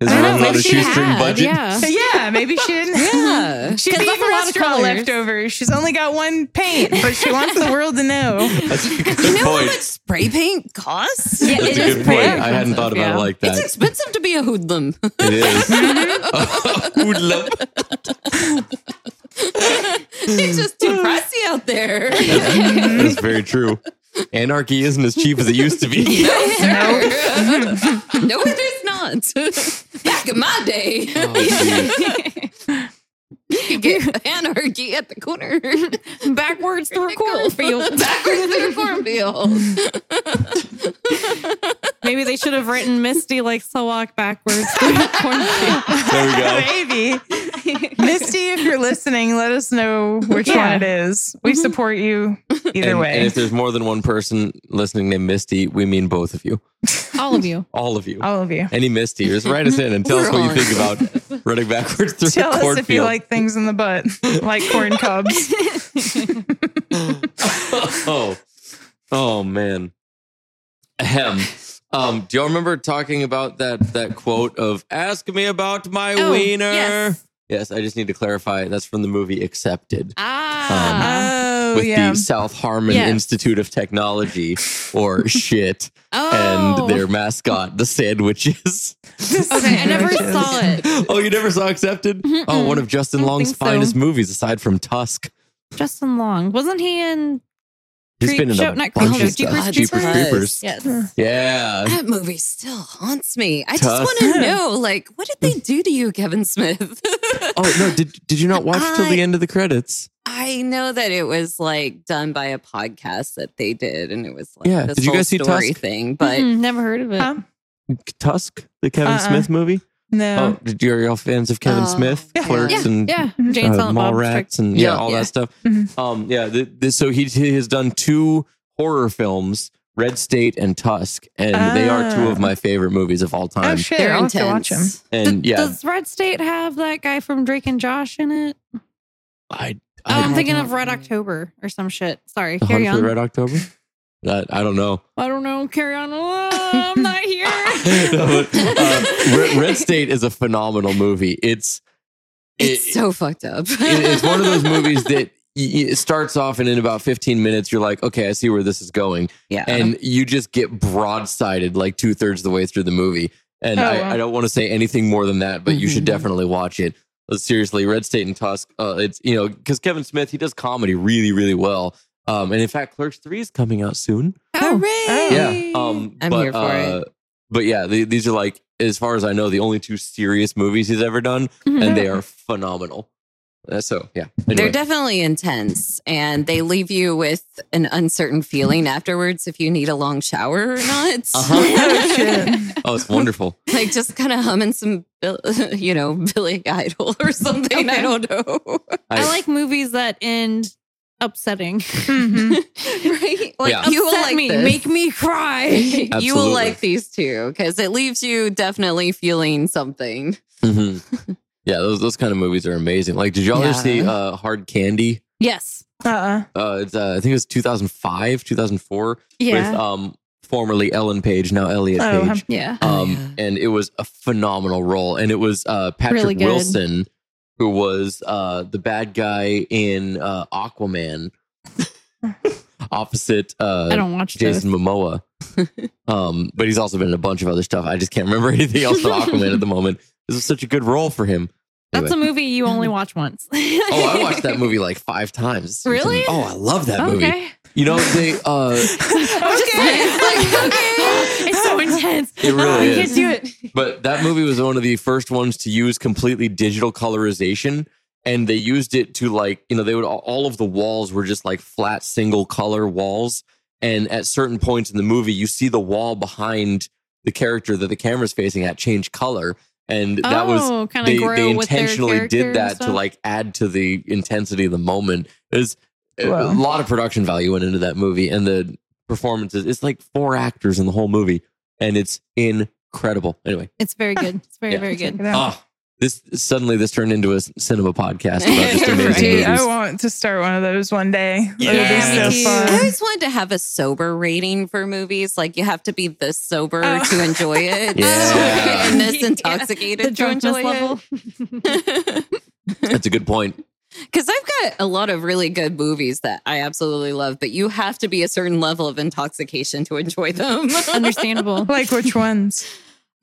Is I don't Run know, on a she shoestring had, budget? yeah. yeah, maybe she didn't. (laughs) Yeah. She 'Cause beat that's a lot of restaurant colors. leftovers. She's only got one paint, but she wants the world to (laughs) know. (laughs) That's (laughs) a good You know how point. much spray paint costs? Yeah, That's it a is good point. pretty I hadn't thought about expensive, it like It's that. expensive to be a hoodlum. (laughs) It is. (laughs) A Mm-hmm. hoodlum. it's just too (laughs) pricey out there. That's very true. Anarchy isn't as cheap as it used (laughs) to be. (laughs) (laughs) No, sir. (laughs) no, it is not. (laughs) Back in my day, Oh, (laughs) (laughs) you could get anarchy at the corner. (laughs) Backwards through a (laughs) cornfield. Backwards through cornfield. Maybe they should have written Misty like Sawak backwards through (laughs) a cornfield. there we go. (laughs) Maybe. Misty, if you're listening, let us know which Yeah. Mm-hmm. one it is. We support you either and, way. and if there's more than one person listening named Misty, we mean both of you. All of you. All of you. All of you. Any Mistyers, write us in and tell us what We're on. you think (laughs) about running backwards through Tell a us if you cornfield. like things in the butt, (laughs) like corn cobs. Um, oh, oh man. Ahem. Um, do y'all remember talking about that that quote of "Ask me about my Oh, wiener"? yes. Yes, I just need to clarify. That's from the movie Accepted Ah. Um, Oh, with yeah. the South Harmon Yes. Institute of Technology, (laughs) or shit, oh. and their mascot, (laughs) the sandwiches. Okay, I never saw it. oh, you never saw Accepted? Oh, one of Justin don't Long's think so. finest movies, aside from Tusk. Justin Long. Wasn't he in He's been in Creep a show- not bunch Creep of Show, stuff. Jeepers Jeepers Creepers. Creepers. Yes. Yeah. That movie still haunts me. I Tough. (laughs) just want to know, like, what did they do to you, Kevin Smith? (laughs) Oh no! Did did you not watch till I- the end of the credits? I know that it was like done by a podcast that they did, and it was like Yeah. this Did you whole guys see story Tusk? thing. But Mm-hmm. Mm, never heard of it. Huh? Tusk, the Kevin Uh-uh. Smith movie. Uh-huh. No. Oh, did you, are y'all fans of Kevin Oh, Smith, yeah. Clerks, Yeah, and Yeah. Mhm. Jane uh, Silent Bob. Mallrats, and yeah, Yeah, all yeah. that stuff. Mhm. Um, yeah. The, the, so he he has done two horror films, Red State and Tusk, and they are two Ah. of my favorite movies of all Oh, time. shit. they're I'll have to watch intense. them. and yeah, Does Red State have that guy from Drake and Josh in it? I, Oh, I I'm thinking don't of Red know. October or some shit. Sorry, the carry Hunt on. for the Red October. That I don't know. I don't know. Carry (laughs) on. Oh, I'm not here. No, but, uh, Red, Red State is a phenomenal movie. It's it's it- so fucked up. it- it's one of those movies that y- y- it starts off and in about 15 minutes you're like okay i see where this is going (laughs) yeah. and you just get broadsided like two-thirds of the way through the movie and Oh, I, wow. I don't want to say anything more than that but you should Mhm. definitely watch it Uh, seriously red state and tusk uh, it's you know because kevin smith he does comedy really really well um, and in fact clerks 3 is coming out soon Oh, yeah. Um, I'm but, here for uh, But yeah, the- these are like, as far as I know, the only two serious movies he's ever done, and they are phenomenal. Uh, so yeah, Mm-hmm. They're anyway, definitely intense and they leave you with an uncertain feeling afterwards if you need a long shower or not. (laughs) (laughs) Uh-huh. Oh, shit. oh, it's wonderful. like just kind of humming some, Bill, (laughs) you know, Billy Idol or (laughs) something. I Okay. don't know. (laughs) (laughs) (laughs) I (laughs) like movies that end upsetting. Mhm. right? Like, Yeah. you will Upset like me. this. (laughs) Make me cry. You will Absolutely. like these two because it leaves you definitely feeling something. Mhm. Yeah, those those kind of movies are amazing. Like, did y'all ever see Yeah. uh, Hard Candy? yes. Uh-uh. Uh, it's, uh, I think it was 2005, 2004, Yeah. with um, formerly Ellen Page, now Elliot Oh, Page. yeah. Oh, um, yeah. and it was a phenomenal role. And it was uh, Patrick Really good. Wilson, who was uh, the bad guy in uh, (laughs) Aquaman, opposite I uh, don't watch those. Jason Momoa. (laughs) um, but he's also been in a bunch of other stuff. I just can't remember (laughs) anything else from Aquaman at the moment. This was such a good role for him. That's a movie you only watch (laughs) once. Oh, I (laughs) watched that movie like five times. Really? Oh, I love that movie. Okay. You know, they (laughs) uh, (laughs) Oh, (laughs) Okay. (laughs) it's (laughs) so intense. It really Oh, I is. can't do it. But that movie was one of the first ones to use completely digital colorization. And they used it to like, you know, they would all of the walls were just like flat single color walls. And at certain points in the movie, you see the wall behind the character that the camera's facing at change color. And that was oh, kind they, of grow they with their intentionally character did and that to stuff? like add to the intensity of the moment. Is a Wow. lot of production value went into that movie, and the performances. It's like four actors in the whole movie, and it's incredible. Anyway, It's very good. It's very Yeah. very good. Yeah. ah, This suddenly this turned into a cinema (laughs) podcast about just amazing Right. Dude, I movies. want to start one of those one day. Yeah. Yeah, It'll me be too. so I fun. always wanted to have a sober rating for movies. Like you have to be this sober Oh. to enjoy it, (laughs) Oh, Yeah. and (laughs) (laughs) this (laughs) Yeah. intoxicated the to drunkenness enjoy level. (laughs) it. That's a good point. Because I've got a lot of really good movies that I absolutely love, but you have to be a certain level of intoxication to enjoy (laughs) them. Understandable. Like which ones?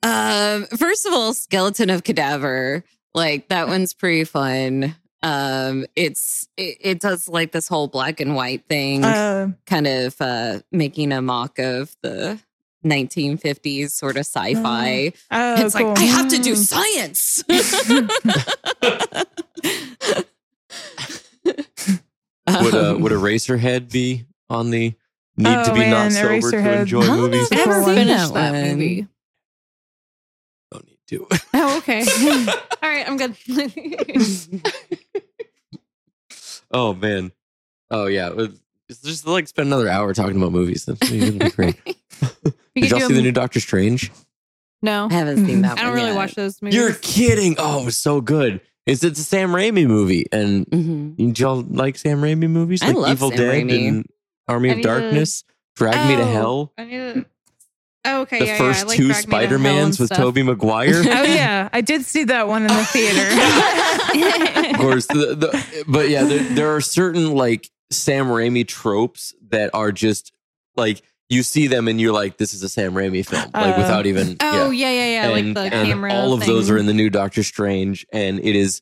um, first of all, Skeleton of Cadaver, like that one's pretty fun. Um, it's it, it does like this whole black and white thing, Uh, kind of uh, making a mock of the 1950s sort of sci-fi. Uh, oh, it's cool. like I have to (laughs) do science. (laughs) Would a Um, would Eraserhead be on the need to Oh, be man, not sober to Eraserhead. enjoy I don't know movies? if I've Before ever one. finished that movie. Don't need to. (laughs) (laughs) Oh, (laughs) okay. All right, I'm good. (laughs) (laughs) Oh man. Oh yeah. With- it's Just like spend another hour talking about movies. That's really great. We Did could y'all do see the a- new Doctor Strange? No, I haven't seen that. I don't one really yet. watch those movies. You're kidding! Oh, it was so good. It's it's a Sam Raimi movie, and Mhm. did y'all like Sam Raimi movies? I Like love Evil Sam Dead Raimi. and Army I of need to- Darkness, Drag Me to Oh, Hell, I need to. Oh, okay. the yeah, first yeah. I like two Drag Me to Hell Spider Mans and with stuff. (laughs) Tobey (laughs) Maguire. oh yeah, I did see that one in the (laughs) theater. of course. The, the, but yeah, there, there are certain like Sam Raimi tropes that are just like you see them and you're like, this is a Sam Raimi film, Uh, like without even. Oh yeah, yeah, yeah. And- like the and camera. All of those thing. are in the new Doctor Strange, and it is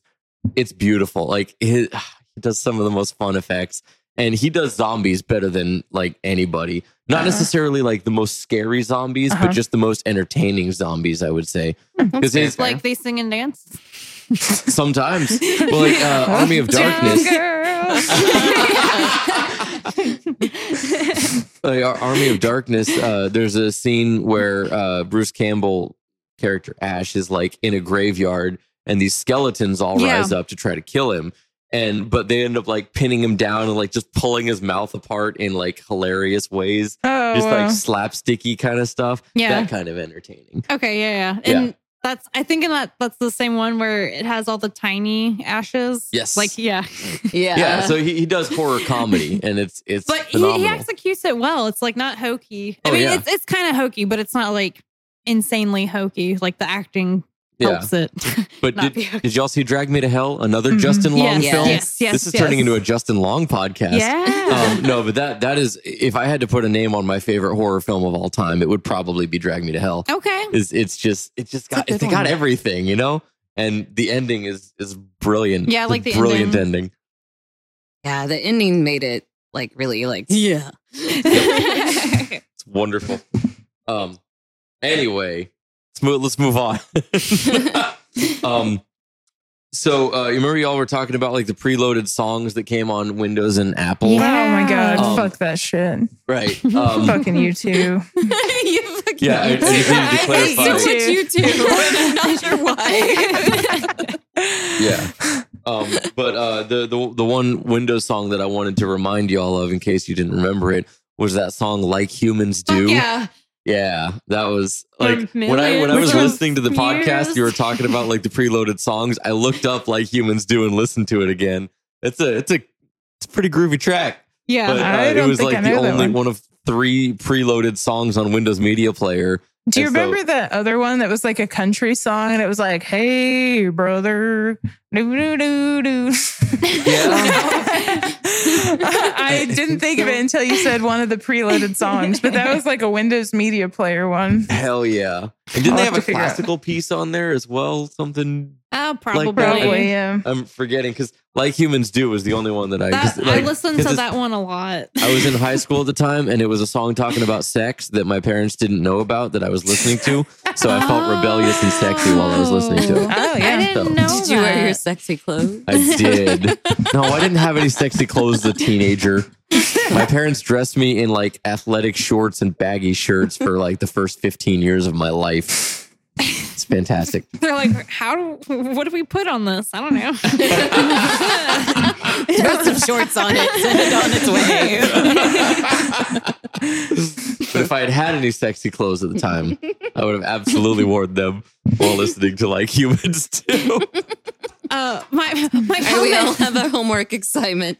it's beautiful. Like it, he (sighs) does some of the most fun effects, and he does zombies better than like anybody. Not Uh-huh. necessarily like the most scary zombies, Uh-huh. but just the most entertaining zombies, I would say. Because it's Hmm, like they sing and dance. (laughs) (laughs) sometimes, well, like uh, Army of Darkness. like Ar- Army of Darkness, uh, there's a scene where uh, Bruce Campbell character Ash is like in a graveyard, and these skeletons all Yeah. rise up to try to kill him, and but they end up like pinning him down and like just pulling his mouth apart in like hilarious ways, Oh, just like wow. slapsticky kind of stuff. Yeah. that kind of entertaining. Okay, yeah, yeah. Yeah. And that's I think in that that's the same one where it has all the tiny ashes. Yes. Like yeah. Yeah. Yeah, so he, he does horror comedy, and it's it's But he, phenomenal. he executes it well. It's like not hokey. I Oh, mean, yeah. it's it's kind of hokey, but it's not like insanely hokey. Like the acting yeah, helps it. but not did, be (laughs) hokey. did y'all see Drag Me to Hell? Another Mhm. Justin Long yes, Yeah. film. yes, yes. this is turning yes. into a Justin Long podcast. yeah. um, no, but that that is if I had to put a name on my favorite horror film of all time, it would probably be Drag Me to Hell. (laughs) okay. Is it's just it just got a good they got one. everything, you know? And the ending is is brilliant. Yeah, I It's a like the brilliant ending. ending. Yeah, the ending made it like really like (laughs) yeah. It's wonderful. Um anyway, let's move let's move on. (laughs) um so uh, you remember y'all were talking about like the preloaded songs that came on Windows and Apple, Yeah. Oh my god, Um, fuck that shit. (laughs) right? Um, Fucking you too. you fucking Yeah, I- I (laughs) just needed (laughs) to I hate so clarify. much you too. I'm (laughs) not sure (laughs) why. yeah. Um, but uh, the the the one Windows song that I wanted to remind y'all of, in case you didn't remember it, was that song "Like Humans Do." Fuck (laughs) yeah. Yeah, that was like From when I when I millions was of listening to the podcast, years. you were talking about like (laughs) the preloaded songs. I looked up "Like Humans Do" and listened to it again. It's a it's a it's a pretty groovy track, Yeah. but I uh, it don't was think like I the know that only one. one of three preloaded songs on Windows Media Player. Do you And so- remember that other one that was like a country song and it was like, "Hey brother, do do do do." (laughs) (laughs) Oh, Yeah. Um, (laughs) I didn't think of it until you said one of the preloaded songs, but that was like a Windows Media Player one. Hell yeah! And didn't I'll they have have a to figure out. classical piece on there as well? Something oh, probably. Probably, yeah. I'm forgetting because like humans do was the only one that I. 'cause, That, like, I listened 'cause to it's- that one a lot. I was in high school at the time, and it was a song talking about sex that my parents didn't know about that I was listening to. So I felt rebellious and sexy while I was listening to (laughs) Oh it. I yeah. didn't So- know Did you wear your that. sexy clothes? I did. No, I didn't have any sexy clothes as a teenager. My parents dressed me in like athletic shorts and baggy shirts for like the first 15 years of my life. It's fantastic. (laughs) They're like, how? do- What do we put on this? I don't (laughs) know. Put some shorts on it. Send it on its (laughs) way. But if I had had any sexy clothes at the time, I would have absolutely warned them while listening to like humans (laughs) too. Uh, my my All right, we all comment. have our homework excitement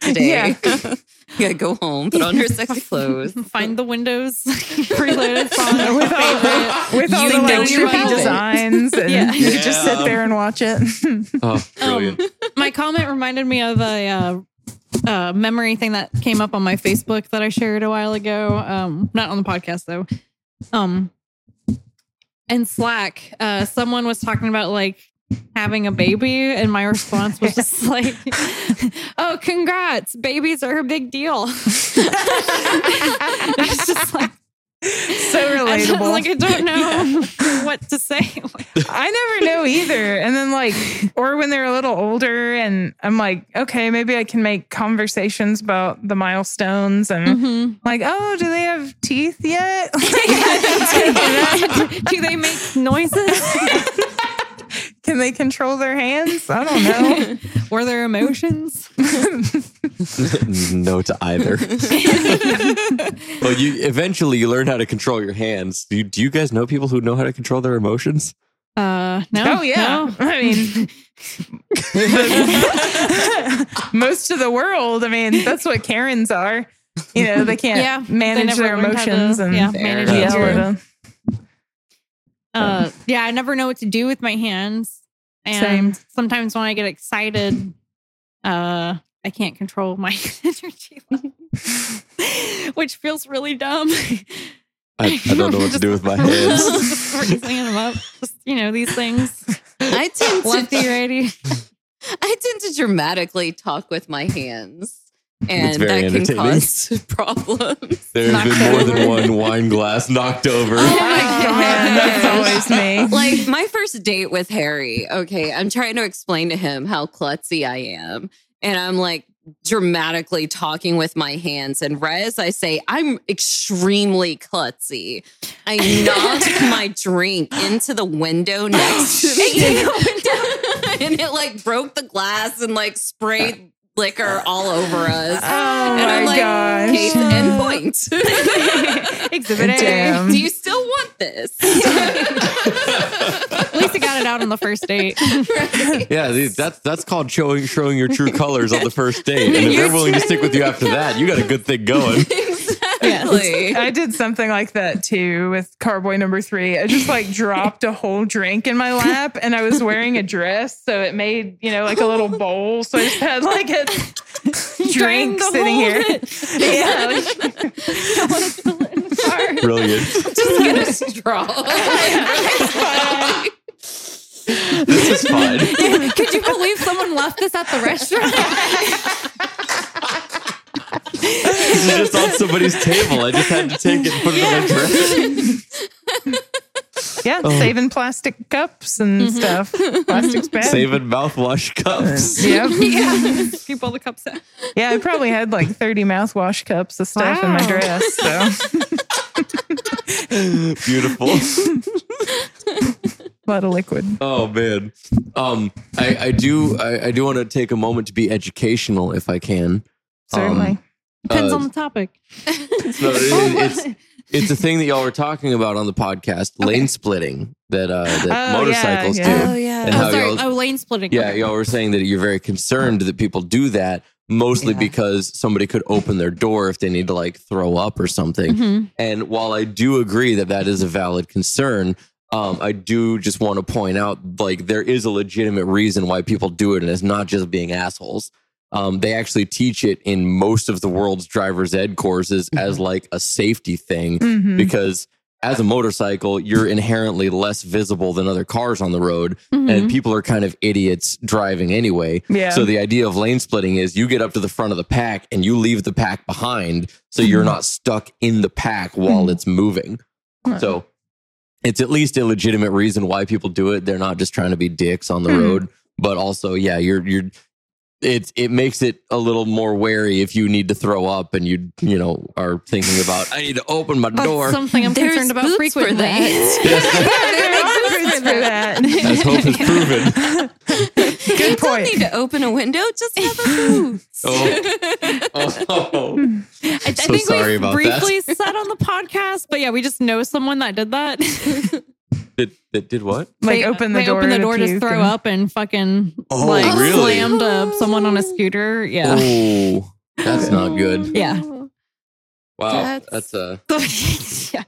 (laughs) today. Yeah. (laughs) you gotta go home, put on your (laughs) sexy clothes. Find the (laughs) windows (laughs) preloaded song. Uh, with all the, with all You the like, don't you trippy have it. designs, and Yeah. you could just sit Yeah. there and watch it. (laughs) Oh, brilliant. my comment reminded me of a uh, uh, memory thing that came up on my Facebook that I shared a while ago. Um, not on the podcast though. Um, in Slack, uh, someone was talking about like having a baby, and my response was just like, "Oh, congrats! Babies are a big deal." (laughs) it's just like I so don't- relatable. like I don't know what to say. (laughs) I never know either. And then like, or when they're a little older, and I'm like, okay, maybe I can make conversations about the milestones and Mm-hmm. like, oh, do they have teeth yet? (laughs) Do they make noises? can they control their hands? I don't know. (laughs) Were there emotions? no to either. well, you eventually you learn how to control your hands. Do you, do you guys know people who know how to control their emotions? Uh, no. Oh yeah. I mean (laughs) most of the world, I mean, that's what Karens are. You know, they can't Yeah, they manage never their learned how to- emotions and yeah, Fair manage enough. yell your- at them. (laughs) Oh. uh, yeah, I never know what to do with my hands, and sometimes when I get excited, uh, I can't control my (laughs) energy, level, which feels really dumb. I, I don't know what to do with (laughs) my hands. Just raising them up, just you know these (laughs) things. I tend Lefty, to righty. I tend to dramatically talk with my hands. And It's very that can entertaining. cause (laughs) problems. There's Knocked been more than over. one wine glass knocked over. Oh Oh, my man, that's always me. like (laughs) my first date with Harry, okay, I'm trying to explain to him how klutzy I am. And I'm like dramatically talking with my hands. And right as I say, I'm extremely klutzy, I knocked (laughs) my drink into the window Oh, next to me. (laughs) and it like broke the glass and like sprayed liquor all over us. Oh and I'm my like, gosh. case end point. Exhibit A. (laughs) Damn. (laughs) Do you still want this? (laughs) (laughs) At least I got it out on the first (laughs) date. Yeah, dude, that's that's called showing showing your true colors on the first date. And if they're willing to stick with you after that, you got a good thing going. exactly. I did something like that too with Carboy number three. I just like dropped a whole drink (laughs) in my lap and I was wearing a dress. So it made, you know, like a little bowl. So I just had like (laughs) a drink the sitting whole here. of (laughs) Yeah. like- (laughs) Brilliant. Just get a (laughs) straw. This is fine. Could you believe someone left this at the restaurant? This is just on somebody's table. I just had to take it and put it on a dress. (laughs) Yeah, saving plastic cups and Mm-hmm. (laughs) stuff. Plastic's bad. Saving mouthwash (laughs) cups. (laughs) Yep. Keep all the cups out. Yeah, I probably had like 30 mouthwash cups of stuff in my Wow. dress. (laughs) So Beautiful. a lot of liquid. Oh man. Um I, I do I, I do want to take a moment to be educational if I can. Certainly. Depends Uh, on the topic. Oh, No, it- it's it's a thing that y'all were talking about on the podcast, lane splitting that uh that Oh, yeah, motorcycles yeah. do. Oh, And Oh, how sorry. y'all- Oh, lane splitting. Yeah, Okay. y'all were saying that you're very concerned that people do that, mostly Yeah. because somebody could open their door if they need to like throw up or something. Mhm. And while I do agree that that is a valid concern, um, I do just want to point out like there is a legitimate reason why people do it, and it's not just being assholes. Um, they actually teach it in most of the world's driver's ed courses as like a safety thing Mhm. because as a motorcycle, you're inherently less visible than other cars on the road, Mm-hmm. and people are kind of idiots driving anyway. Yeah. So the idea of lane splitting is you get up to the front of the pack and you leave the pack behind, so you're Mm-hmm. not stuck in the pack while it's moving. So it's at least a legitimate reason why people do it. They're not just trying to be dicks on the Mm-hmm. Mhm. road, but also, yeah, you're you're it's it makes it a little more wary if you need to throw up and you you know are thinking about I need to open my That's door. something I'm There's concerned about boots for frequently. that. Thanks for that. As (laughs) hope is proven. (laughs) you Good don't point. need to open a window. Just have a booth. Oh. Oh. I, So I think sorry we about that. briefly said on the podcast, but yeah, we just know someone that (laughs) did that. That that did what? Like They- open the they door. open the door to, to, puke throw and- up and fucking Oh, like really? slammed (gasps) uh, someone on a scooter. Yeah. Oh, that's not (laughs) good. Yeah. Wow, That's- that's (laughs) a yeah.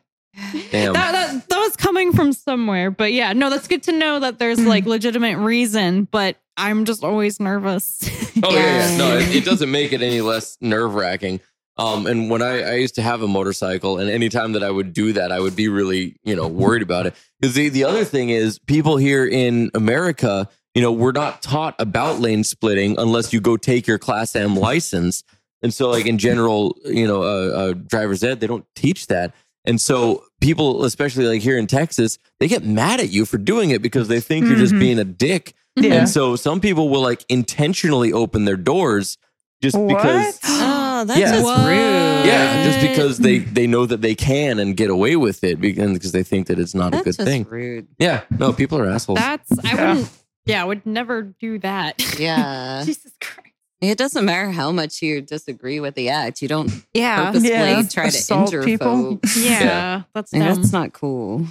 damn. That, that, that was coming from somewhere. But yeah, no, that's good to know that there's Mm. like legitimate reason, but I'm just always nervous. (laughs) (laughs) Oh yeah, yeah. no, Yeah. it, it doesn't make it any less nerve wracking. Um, and when I, I used to have a motorcycle, and anytime that I would do that, I would be really, you know, worried about it. Because the, the other thing is, people here in America, you know, we're not taught about lane splitting unless you go take your Class M license. And so, like in general, you know, uh, uh, driver's ed, they don't teach that. And so, people, especially like here in Texas, they get mad at you for doing it because they think you're just Mhm. being a dick. Yeah. And so some people will like intentionally open their doors just because Oh, that's Yeah. just What? rude. yeah, just (laughs) because they they know that they can and get away with it because because they think that it's not That's a good just thing. (laughs) rude. Yeah, no, people are assholes. That's, I Yeah. wouldn't, yeah, I would never do that. Yeah. (laughs) Jesus Christ. It doesn't matter how much you disagree with the act. You don't Yeah. purposely Yeah. try to Assault injure people. (laughs) folks. Yeah. Yeah. That's Like, dumb. That's not cool.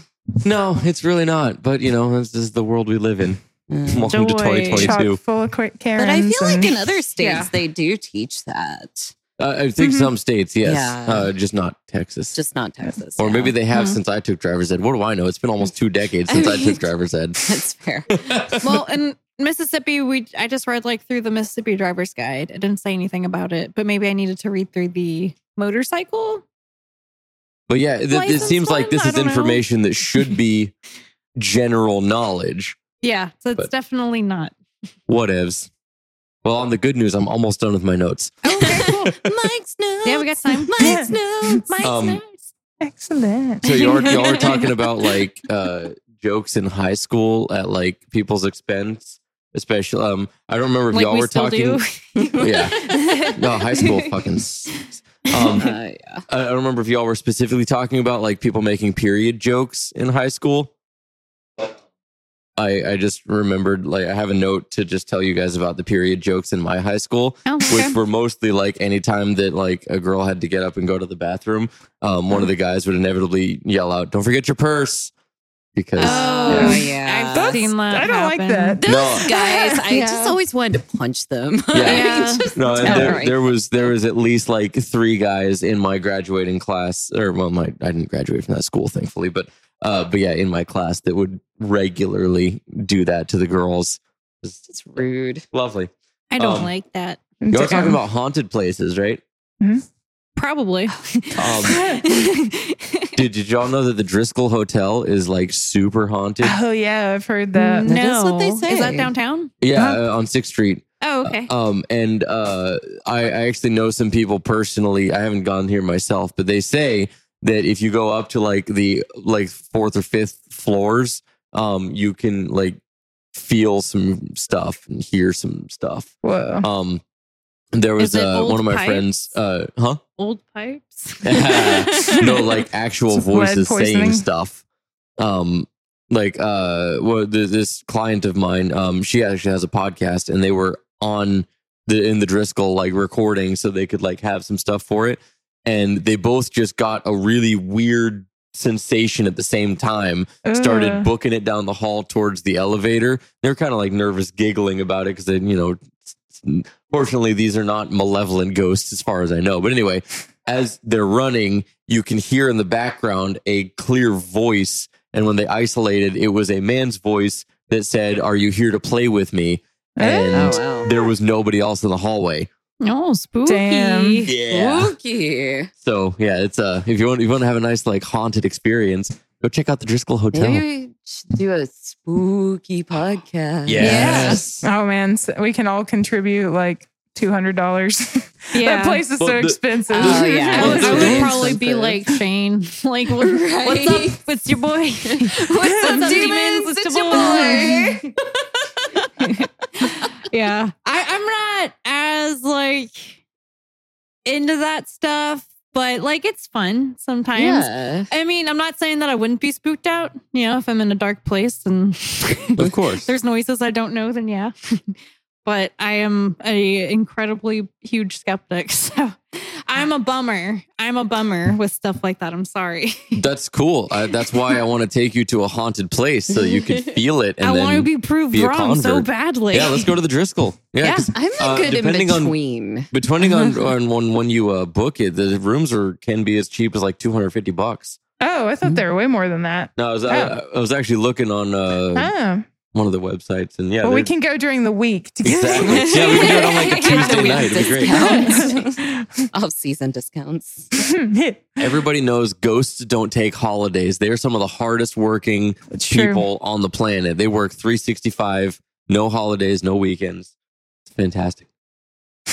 no, it's really not. But you know, this is the world we live in. Uh, Welcome to Joy. chock 2022. full of quick Karens. but I feel like and- in other states Yeah. they do teach that. Uh, I think Mhm. Mm-hmm. some states, yes, Yeah. uh, just not Texas. It's just not Texas. or yeah. maybe they have Mhm. since I took driver's ed. What do I know? It's been almost two decades I since I, mean- (laughs) took driver's ed. that's (laughs) fair. (laughs) well, in Mississippi, we I just read like through the Mississippi Driver's Guide. It didn't say anything about it, but maybe I needed to read through the motorcycle. But yeah, th- it License seems like one? this I is don't know. information that should be general knowledge. Yeah, so it's But- definitely not. Whatevs. Well, on the good news, I'm almost done with my notes. Okay, cool. (laughs) Mike's notes. Yeah, we got (laughs) time. (laughs) Mike's notes. Mike's Um, notes. Excellent. So y'all, (laughs) y'all are talking about like uh, jokes in high school at like people's expense, especially. Um, I don't remember if Like y'all we were still talking. do. Yeah. No, high school fucking. s- Um, Uh, yeah. I I don't remember if y'all were specifically talking about like people making period jokes in high school. I I just remembered like I have a note to just tell you guys about the period jokes in my high school. (laughs) Oh, okay. which were mostly like anytime that like a girl had to get up and go to the bathroom, um, one of the guys would inevitably yell out, "Don't forget your purse," because Oh, Oh, yeah. yeah. I've That's- seen that. I don't like happen. that. Those No. guys, I Yeah. just always wanted to punch them. (laughs) Yeah. Yeah. Just no, and don't there, like there was there was at least like three guys in my graduating class, or well, my I didn't graduate from that school, thankfully, but uh, but yeah, in my class that would regularly do that to the girls. It's It's rude. lovely. I don't Um, like that. You're Damn. talking about haunted places, right? (laughs) Probably. Um, (laughs) Did, did y'all know that the Driscoll Hotel is like super haunted? Oh yeah, I've heard that. no. That is what they Is that say. downtown? Yeah, uh, on Sixth Street. Oh, okay. Um, and uh, I, I actually know some people personally. I haven't gone here myself, but they say that if you go up to like the like fourth or fifth floors, um, you can like feel some stuff and hear some stuff. Whoa. Um, there Is was it uh, one old of my pipes? friends. Uh, huh? Old pipes. (laughs) no, like actual Some lead voices saying poisoning. stuff. Um, like uh, well, th- this client of mine, um, she actually has a podcast, and they were on the in the Driscoll like recording, so they could like have some stuff for it, and they both just got a really weird sensation at the same time started Ugh. booking it down the hall towards the elevator. They're kind of like nervous, giggling about it because they, you know, s- s- fortunately these are not malevolent ghosts as far as I know. But anyway, as they're running, you can hear in the background a clear voice, and when they isolated, it was a man's voice that said, "Are you here to play with me?" eh? And Oh, wow. there was nobody else in the hallway. (laughs) Oh, spooky. Damn. Spooky. So yeah, it's uh, if you want, if you want to have a nice like haunted experience, go check out the Driscoll Hotel. Maybe we should do a spooky podcast. Yes. Oh man, so we can all contribute like two hundred dollars. (laughs) Yeah. that place is Well, so the- expensive. (laughs) Oh, yeah. I would, I would Expensive. probably be like Shane. Like, what, what's up? It's your boy. (laughs) What's up, What's up, demons? demons? It's, It's your your boy. yeah. I, I'm not as like into that stuff, but like it's fun sometimes. Yeah. I mean, I'm not saying that I wouldn't be spooked out, you know, if I'm in a dark place and of course. there's noises I don't know, then yeah. (laughs) but I am a incredibly huge skeptic. (laughs) So I I'm a bummer. I'm a bummer with stuff like that. I'm sorry. That's cool. I, that's why I want to take you to a haunted place so you could feel it. And I then, want to be proved be a wrong so convert. badly. Yeah, let's go to the Driscoll. Yeah, Yeah. 'cause I'm Uh, not good in depending on- between. (laughs) depending on on when, when you uh, book it, the rooms are can be as cheap as like two hundred fifty bucks. Oh, I thought they were way more than that. No, I was, I, I was actually looking on uh, Oh, one of the websites, and yeah, well, we can they're- go during the week to get exactly. yeah, we can do it on like a Yeah, Tuesday we night. It'd be great. (laughs) Off season discounts. Everybody knows ghosts don't take holidays. They are some of the hardest working true. (laughs) people on the planet. They work 365, no holidays, no weekends. It's fantastic.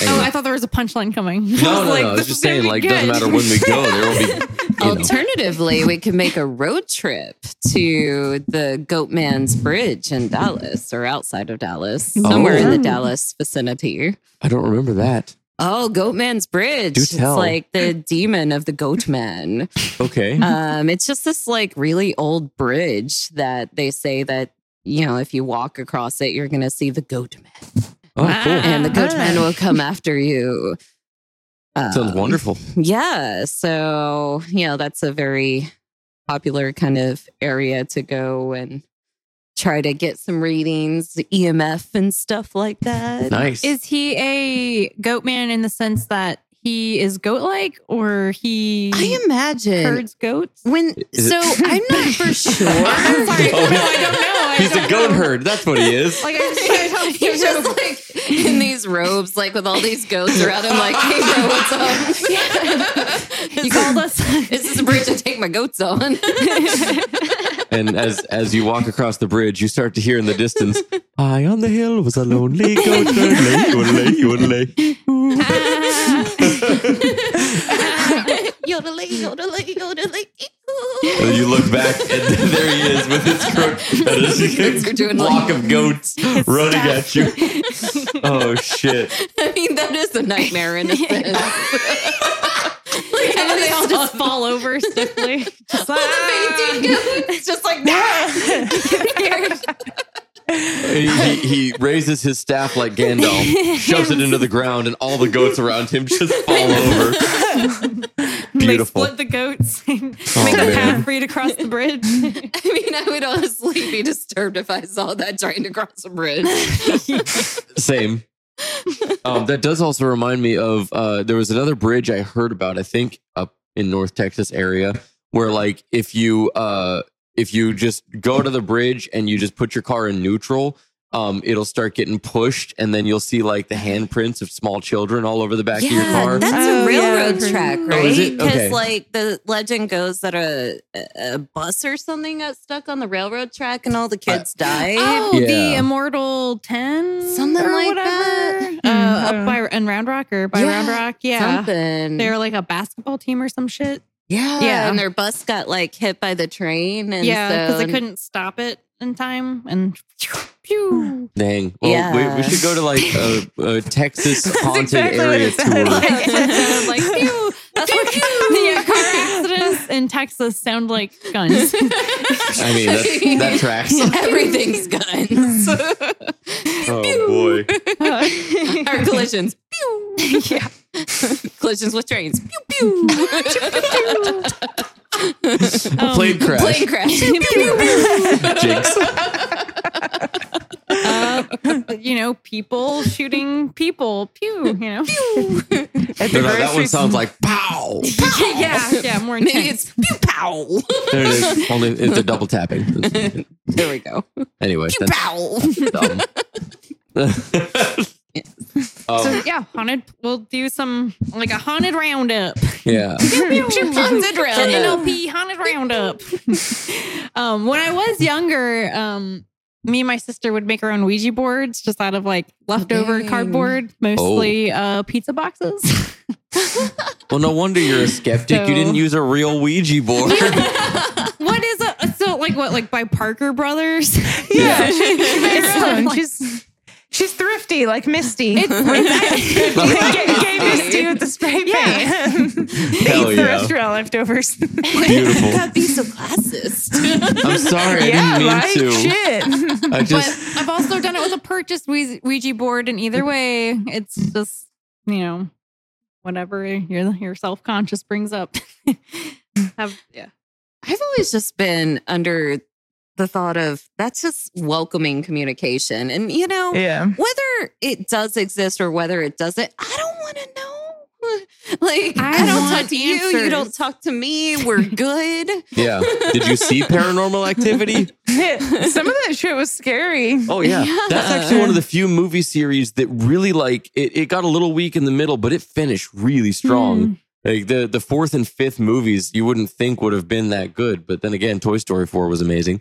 Oh, Anyway. I thought there was a punchline coming. (laughs) no, no, no. I was just saying, like, doesn't matter when we go, there will be. You know. Alternatively, we could make a road trip to the Goatman's Bridge in Dallas or outside of Dallas, somewhere in the Oh. Dallas vicinity. I don't remember that. Oh, Goatman's Bridge. Do It's tell. like the demon of (laughs) the Goatman. Okay. um, it's just this like really old bridge that they say that, you know, if you walk across it, you're going to see the Goatman. Oh, cool. uh, And the Ah. Goatman (laughs) will come after you. Sounds Um, wonderful. yeah. So, you know, that's a very popular kind of area to go and try to get some readings, EMF and stuff like that. (laughs) Nice. Is he a goat man in the sense that he is goat like or he I imagine herds goats? when, Is it- so I'm (laughs) not for sure. I'm sorry. (laughs) No, I don't know. I Oh, He's a don't goat (laughs) know. herd. That's what he is. Like, I just can't help He's just like in these robes, like with all these goats around him, like, hey, bro, what's (laughs) up? you called us. This is a bridge to take my goats (laughs) on. and as as you walk across the bridge, you start to hear in the distance, "High on the hill was a lonely goat. Lay, lay, lay, lay. yodelay, yodelay, yodelay. And you look back, (laughs) and there he is with his crook and his Goats are doing flock like- of goats running at you. (laughs) Oh shit! I mean, that is a nightmare (laughs) in a sense. and then they all (laughs) (laughs) just fall over stiffly. Just, ah. It's just like that. He, he, he raises his staff like Gandalf, shoves it into the ground, and all the goats around him just fall over. Beautiful. They split the goats (laughs) and Oh, make a man. path for you to cross the (laughs) bridge. (laughs) I mean, I would honestly be disturbed if I saw that trying to cross a (laughs) bridge. Same. Um, that does also remind me of uh, there was another bridge I heard about. I think up in North Texas area where like if you uh, if you just go to the bridge and you just put your car in neutral, um, it'll start getting pushed, and then you'll see like the handprints of small children all over the back of your car. that's Oh, a yeah. railroad track, Oh, right? is it? Because Okay. like the legend goes that a, a bus or something got stuck on the railroad track and all the kids died. Oh, the Yeah. Immortal Ten, Something or like whatever. that. Uh, Mhm. Up by and Round Rock or by Yeah, Round Rock, yeah. Something. They're like a basketball team or some shit. yeah, Yeah. and their bus got like hit by the train, and yeah, because so they couldn't stop it in time, and (laughs) pew. Dang. Well, Yeah. we, we should go to like (laughs) a, a Texas haunted exactly what area it sounded tour. like. like, (laughs) sounded like pew. (laughs) That's what (laughs) yeah, car accidents in Texas sound like (laughs) guns. I mean, that's, that tracks. (laughs) everything's guns. (laughs) Oh boy. (laughs) Our collisions. Pew. (laughs) Yeah. collisions with trains. Pew pew. Um, A plane crash. (laughs) Plane crash. Jinx. uh, you know, people shooting people. Pew. You know. At No, the no, that grocery one sounds like pow. (laughs) (laughs) yeah, yeah, more intense. Maybe (laughs) it's pew pow. There it is. Only it's a double tapping. There we go. Anyway, Pew that's pow. (laughs) dumb. So um, (laughs) yeah, haunted. We'll do some like a haunted (laughs) roundup. yeah. Haunted roundup. NOP haunted roundup. (laughs) um, when I was younger, um, me and my sister would make our own Ouija boards just out of like leftover dang. cardboard, mostly uh, pizza boxes. (laughs) Well, no wonder you're a skeptic. You So- didn't use a real Ouija (laughs) board. what is a so like what like by Parker Brothers? Yeah, Yeah. she- she made (laughs) her It's (laughs) own. like- She's she's thrifty, like Misty. (laughs) It's, (laughs) it's (laughs) Gave gave Misty with the spray (laughs) paint. Hell Eats the yeah. restaurant (laughs) leftovers. Beautiful. Gotta be so classist. (laughs) I'm sorry. I yeah, didn't mean right. to. Shit. (laughs) I just. but I've also done it with a purchased Ouija Ouija board, and either way, it's just you know whatever your your self conscious brings up. (laughs) Have yeah. I've always just been under the thought of that's just welcoming communication. And, you know, Yeah. (laughs) whether it does exist or whether it doesn't, I don't want to know. (laughs) Like, I, I don't want talk to you. You answers. don't talk to me. We're good. Yeah. Did you see paranormal activity? Some of that shit was scary. Oh yeah. That's actually one of the few movie series that really like it, it got a little weak in the middle, but it finished really strong. Like the the fourth and fifth movies you wouldn't think would have been that good, but then again, Toy Story 4 was amazing.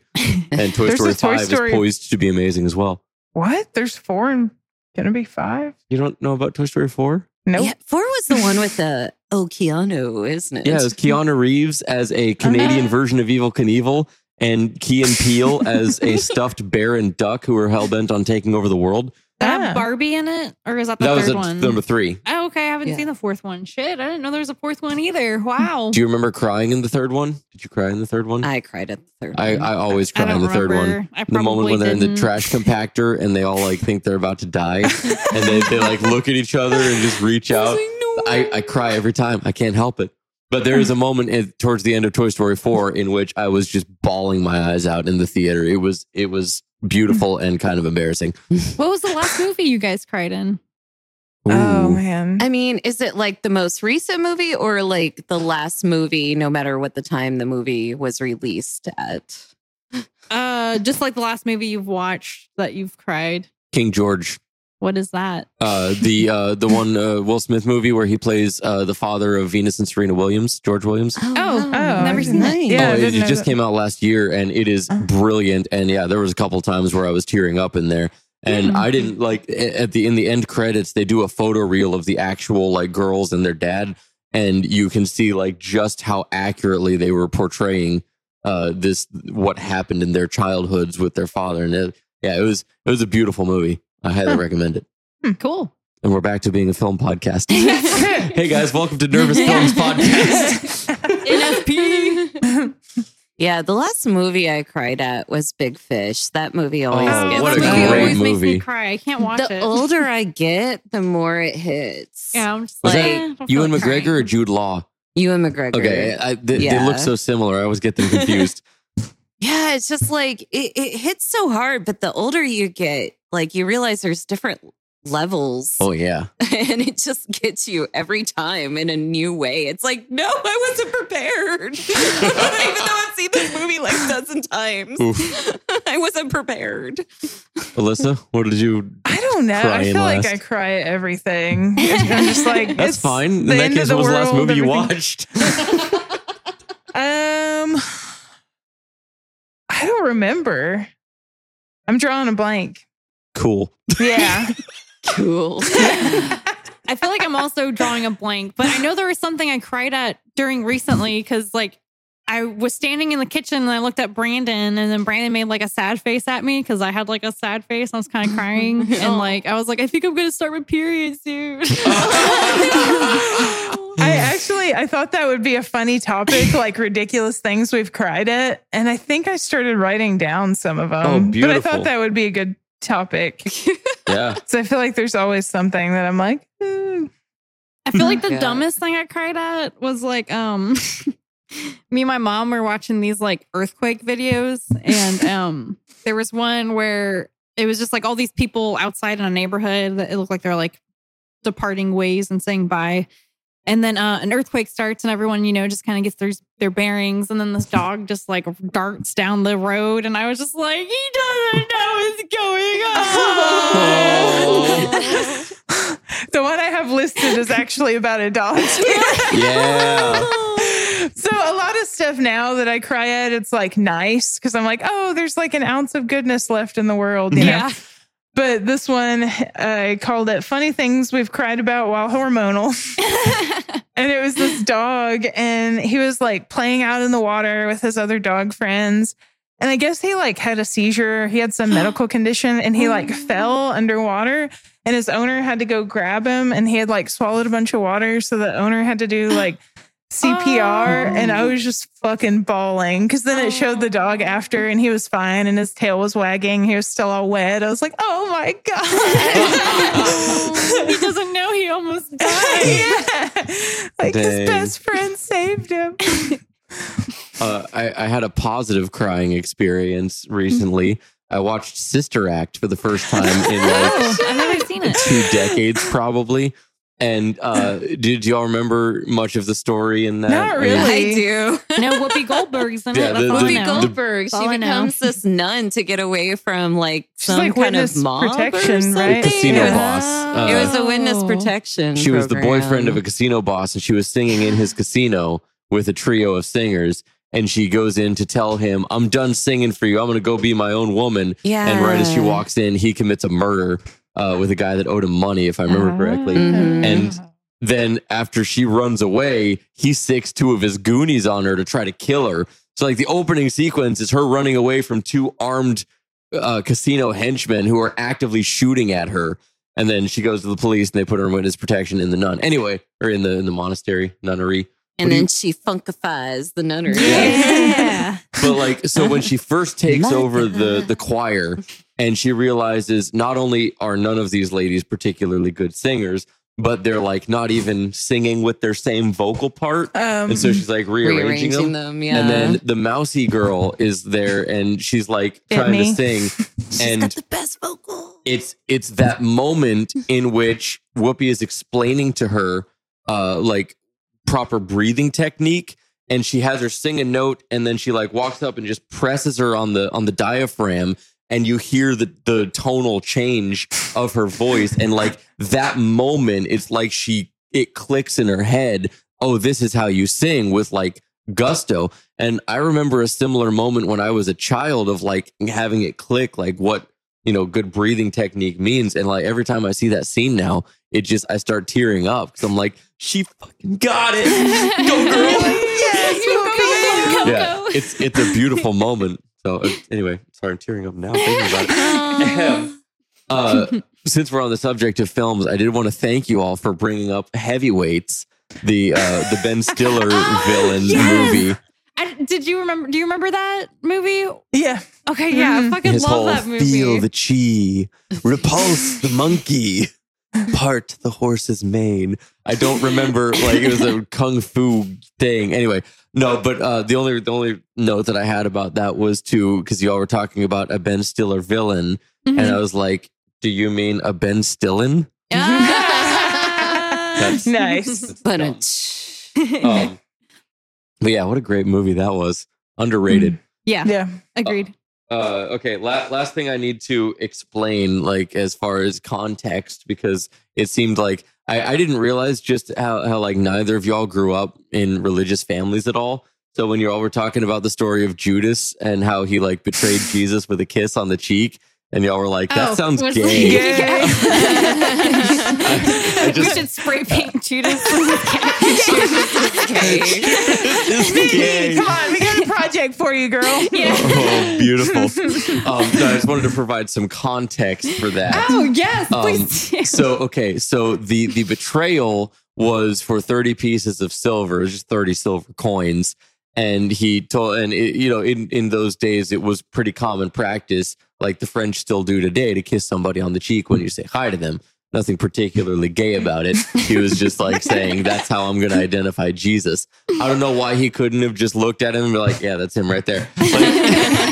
And Toy There's Story a Toy 5 Story- is poised to be amazing as well. What? There's four and gonna be five? You don't know about Toy Story 4? Nope. Yeah, four was the one with the (laughs) oh Keanu, isn't it? Yeah, it was Keanu Reeves as a Canadian version of Evil Knievel and Key and Peele as a stuffed bear and duck who are hell bent on taking over the world. Did it have Ah. Barbie in it, or is that the That was third at one? number three. Oh, okay. I haven't Yeah. seen the fourth one. Shit, I didn't know there was a fourth one either. Wow. Do you remember crying in the third one? Did you cry in the third one? I cried at the third. I, one. I always Mm-hmm. I cry in the third one. I The moment probably when they're in the didn't. trash compactor and they all like think they're about (laughs) to (laughs) die (laughs) and they, they like look at each other and just reach I was out. like, I, no. I cry every time. I can't help it. But there is a moment at, towards the end of Toy Story 4 in which I was just bawling my eyes out in the theater. It was it was beautiful Mm-hmm. and kind of embarrassing. What was the last movie you guys cried in? Oh Ooh. man. (laughs) I mean, is it like the most recent movie or like the last movie, no matter what the time the movie was released at? Uh, just like the last movie you've watched that you've cried. King George, What is that? uh, the uh, the one uh, Will Smith movie where he plays uh, the father of Venus and Serena Williams, George Williams. Oh, Oh, never seen that. nice. Yeah, oh, I it, didn't it know just that. came out last year and it is Oh. brilliant. And yeah, there was a couple times where I was tearing up in there. And Hmm. I didn't like a- at the in the end credits they do a photo reel of the actual like girls and their dad, and you can see like just how accurately they were portraying uh this what happened in their childhoods with their father. And it, yeah, it was it was a beautiful movie. I highly recommend it. Hmm, Cool. And we're back to being a (laughs) film podcast. hey guys, welcome to Nervous (laughs) Films Podcast. (laughs) NFP. Yeah, the last movie I cried at was Big Fish. That movie always Oh, gets what a that me. movie great always makes movie. me cry. I can't watch Oh, the it. (laughs) older I get, the more it hits. yeah, (laughs) I'm just Was like that eh, I don't feel Ewan like McGregor or crying. Jude Law? You and McGregor. Okay, I, they, they Yeah. look so similar. I always get (laughs) them confused. Yeah, it's just like it, it hits so hard, but the older you get, like you realize there's different levels oh yeah, (laughs) and it just gets you every time in a new way. It's like, no, I wasn't prepared. (laughs) Even though I've seen this movie like a dozen times, (laughs) I wasn't prepared. Alyssa, what did you? (laughs) I don't know. I Crying feel last. like I cry at (laughs) everything. I'm just like That's it's fine. In the that end case, of what was the last world, movie you everything- watched? (laughs) Um, I don't remember. I'm drawing a blank. cool. (laughs) Yeah. (laughs) Cool. I feel like I'm also drawing a blank, but I know there was something I cried at during (laughs) recently because like I was standing in the kitchen and I looked at Brandon and then Brandon made like a sad face at me because I had like a sad face. I was kind of (laughs) crying Oh. and like I was like, I think I'm gonna start with period soon. (laughs) I actually I thought that would be a funny (clears throat) topic, like ridiculous things we've cried at, and I think I started writing down some of them. Oh, But I beautiful. thought that would be a good topic. (laughs) Yeah, so I feel like there's always something that I'm like, "Hmm." "Ooh." I feel like the Yeah. dumbest thing I cried at was like, um, (laughs) me and my mom were watching these like earthquake videos, and um, there was one where it was just like all these people outside in a neighborhood that it looked like they're like departing ways and saying bye. And then uh, an earthquake starts, and everyone, you know, just kind of gets their their bearings. And then this dog just like darts down the road, and I was just like, he doesn't know what's going on. (laughs) the one I have listed is actually about a dog. (laughs) yeah. so a lot of stuff now that I cry at, it's like nice because I'm like, oh, there's like an ounce of goodness left in the world. You Know? yeah. But this one, I called it Funny Things We've Cried About While Hormonal. and it was this dog, and he was like playing out in the water with his other dog friends. And I guess he like had a seizure. He had some medical condition and he like fell underwater. And his owner had to go grab him and he had like swallowed a bunch of water. So the owner had to do like CPR. And I was just fucking bawling because then it showed the dog after and he was fine and his tail was wagging. He was still all wet. I was like, oh my God. he doesn't know he almost died. (laughs) Yeah. like Dang. his best friend saved him. Uh, I, I had a positive crying experience recently. I watched Sister Act for the first time in (laughs) like Oh, I haven't seen it. two decades, probably. And uh, do, do y'all remember much of the story in that? Not I mean, really. Oh, I do. (laughs) Oh, No, Whoopi Goldberg's in Yeah, it. That's the- all I the- Whoopi know. the- Goldberg, All she I know. becomes this nun to get away from like She's some like kind of witness mob or protection, right? something. Casino Yeah. boss. Uh, It was a witness Oh. (laughs) protection. she was the program. boyfriend of a casino boss and she was singing in his casino with a trio of singers and she goes in to tell him i'm done singing for you i'm going to go be my own woman Yeah. and right as she walks in he commits a murder uh, with a guy that owed him money if i remember correctly Mm-hmm. Mhm. And- then after she runs away he sticks two of his goonies on her to try to kill her so like the opening sequence is her running away from two armed uh, casino henchmen who are actively shooting at her and then she goes to the police and they put her in witness protection in the nun anyway or in the in the monastery nunnery And What do then you- she funkifies the nunnery. (laughs) Yeah. but like so when she first takes Like over the that. the choir and she realizes not only are none of these ladies particularly good singers but they're like not even singing with their same vocal part Um, and so she's like rearranging, them, yeah. and then the mousy girl is there and she's like Bit trying me. to sing and the best (laughs) vocal. (laughs) it's it's that moment in which Whoopi is explaining to her uh like proper breathing technique and she has her sing a note and then she like walks up and just presses her on the on the diaphragm and you hear the the tonal change of her voice and like that moment it's like she it clicks in her head oh this is how you sing with like gusto and i remember a similar moment when i was a child of like having it click like what you know good breathing technique means and like every time i see that scene now it just i start tearing up because i'm like she fucking got it go (laughs) girl yes, Whoopi. Coco. yeah it's it's a beautiful moment so uh, anyway sorry i'm tearing up now thinking about it Ahem. (laughs) uh, since we're on the subject of films, I did want to thank you all for bringing up Heavyweights, the uh, the Ben Stiller (laughs) Oh, villain yes. movie. I, did you remember? Do you remember that movie? Yeah. Okay, yeah, I Mhm. fucking His love whole that movie. feel the chi, repulse the monkey, part the horse's mane. I don't remember like it was a (laughs) kung fu thing. Anyway, no, but uh, the only the only note that I had about that was to because you all were talking about a Ben Stiller villain, Mhm. and I was like, do you mean a Ben Stillen? Ah. (laughs) That's- Nice. (laughs) But Um, uh, (laughs) um, but yeah, what a great movie that was. Underrated. yeah, Yeah. (laughs) agreed. Uh, okay, la- last thing I need to explain, like as far as context, because it seemed like I, I didn't realize just how, how like neither of y'all grew up in religious families at all. So when you all were talking about the story of Judas and how he like betrayed Jesus with a kiss on the cheek, and y'all were like, "That Oh, sounds was- gay." Yeah. (laughs) (laughs) I just- we should spray paint Judas. (laughs) with cat- It's gay. Come on, we got a project for you, girl. yeah. (laughs) (laughs) Oh, beautiful. um, no, I just wanted to provide some context for that. (laughs) Oh yes, Um, please. do. So, okay, so the the betrayal was for thirty pieces of silver, it was just thirty silver coins, and he told, and it, you know, in in those days, it was pretty common practice, like the French still do today, to kiss somebody on the cheek when you say hi to them. Nothing particularly gay about it. He was just like saying, "That's how I'm going to identify Jesus." I don't know why he couldn't have just looked at him and be like, "Yeah, that's him right there." Like,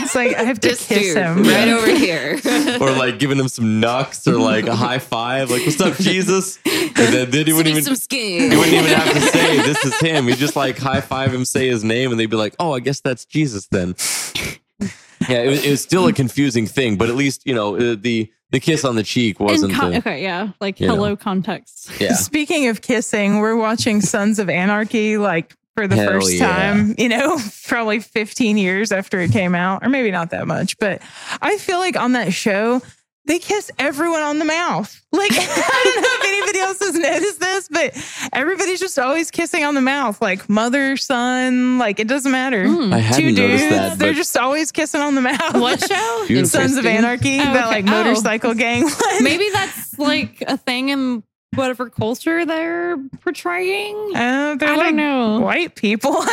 It's like I have to This kiss dude him. right Yeah. over (laughs) here. or like giving him some knocks or like a high five, like "What's up, Jesus?" And then, then he Sweep wouldn't some even skin. he wouldn't even have to say this is him. He just like high five him, say his name, and they'd be like, "Oh, I guess that's Jesus then." Yeah, it was, it was still a confusing thing, but at least you know uh, the the kiss on the cheek In wasn't. con- mm, the, okay, yeah, like you know. hello (laughs) context. yeah, Speaking of kissing, we're watching Sons of Anarchy like for the Hell first yeah. time, you know, (laughs) probably 15 years after it came out, or maybe not that much. But I feel like on that show, they kiss everyone on the mouth. Like, (laughs) I don't know if anybody else has noticed this, but everybody's just always kissing on the mouth, like mother, son, like it doesn't matter. Mm. I Two hadn't dudes, noticed that. they're But just always kissing on the mouth. (laughs) What (laughs) show? beautiful. Sons of Anarchy, Interesting. Oh, that okay. like Oh. motorcycle gang one. Maybe that's like a thing in whatever culture they're portraying. (laughs) Uh, they're I like don't know. white people. (laughs) They're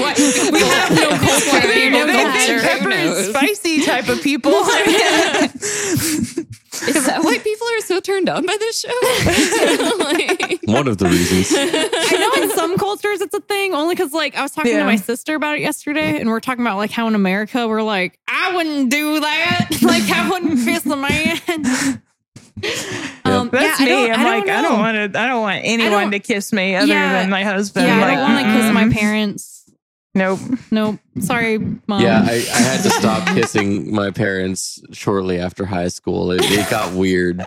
white. We have no culture. They're You know (laughs) They're that. big Sure. pepper and spicy type of people. Is that why people are so turned on by this show? (laughs) like, One of the reasons. I know (laughs) in some cultures it's a thing only because like I was talking Yeah. to my sister about it yesterday and we're talking about like how in America we're like I wouldn't do that (laughs) like I wouldn't fist a man. (laughs) Um, That's yeah, I me. don't- I'm like, I don't know. want to. I don't want anyone don't- to kiss me other Yeah. than my husband. Yeah, I like, don't want to kiss mm-mm. my parents. Nope. Nope. Sorry, mom. Yeah, (laughs) I, I had to stop kissing my parents shortly after high school. It, it got weird. (laughs)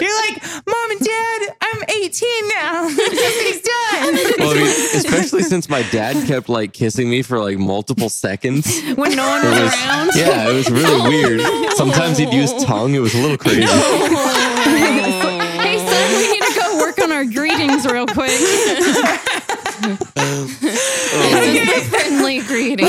You're like, mom and dad, I'm 18 now. (laughs) He's (laughs) done. Well, I mean, especially since my dad kept like kissing me for like multiple seconds. when no one It was was- around. Yeah, it was really weird. Sometimes he'd use tongue. It was a little crazy. Hey son, we need to Oh. go work on our greetings real quick. (laughs) Oh, This (laughs) is a friendly greeting.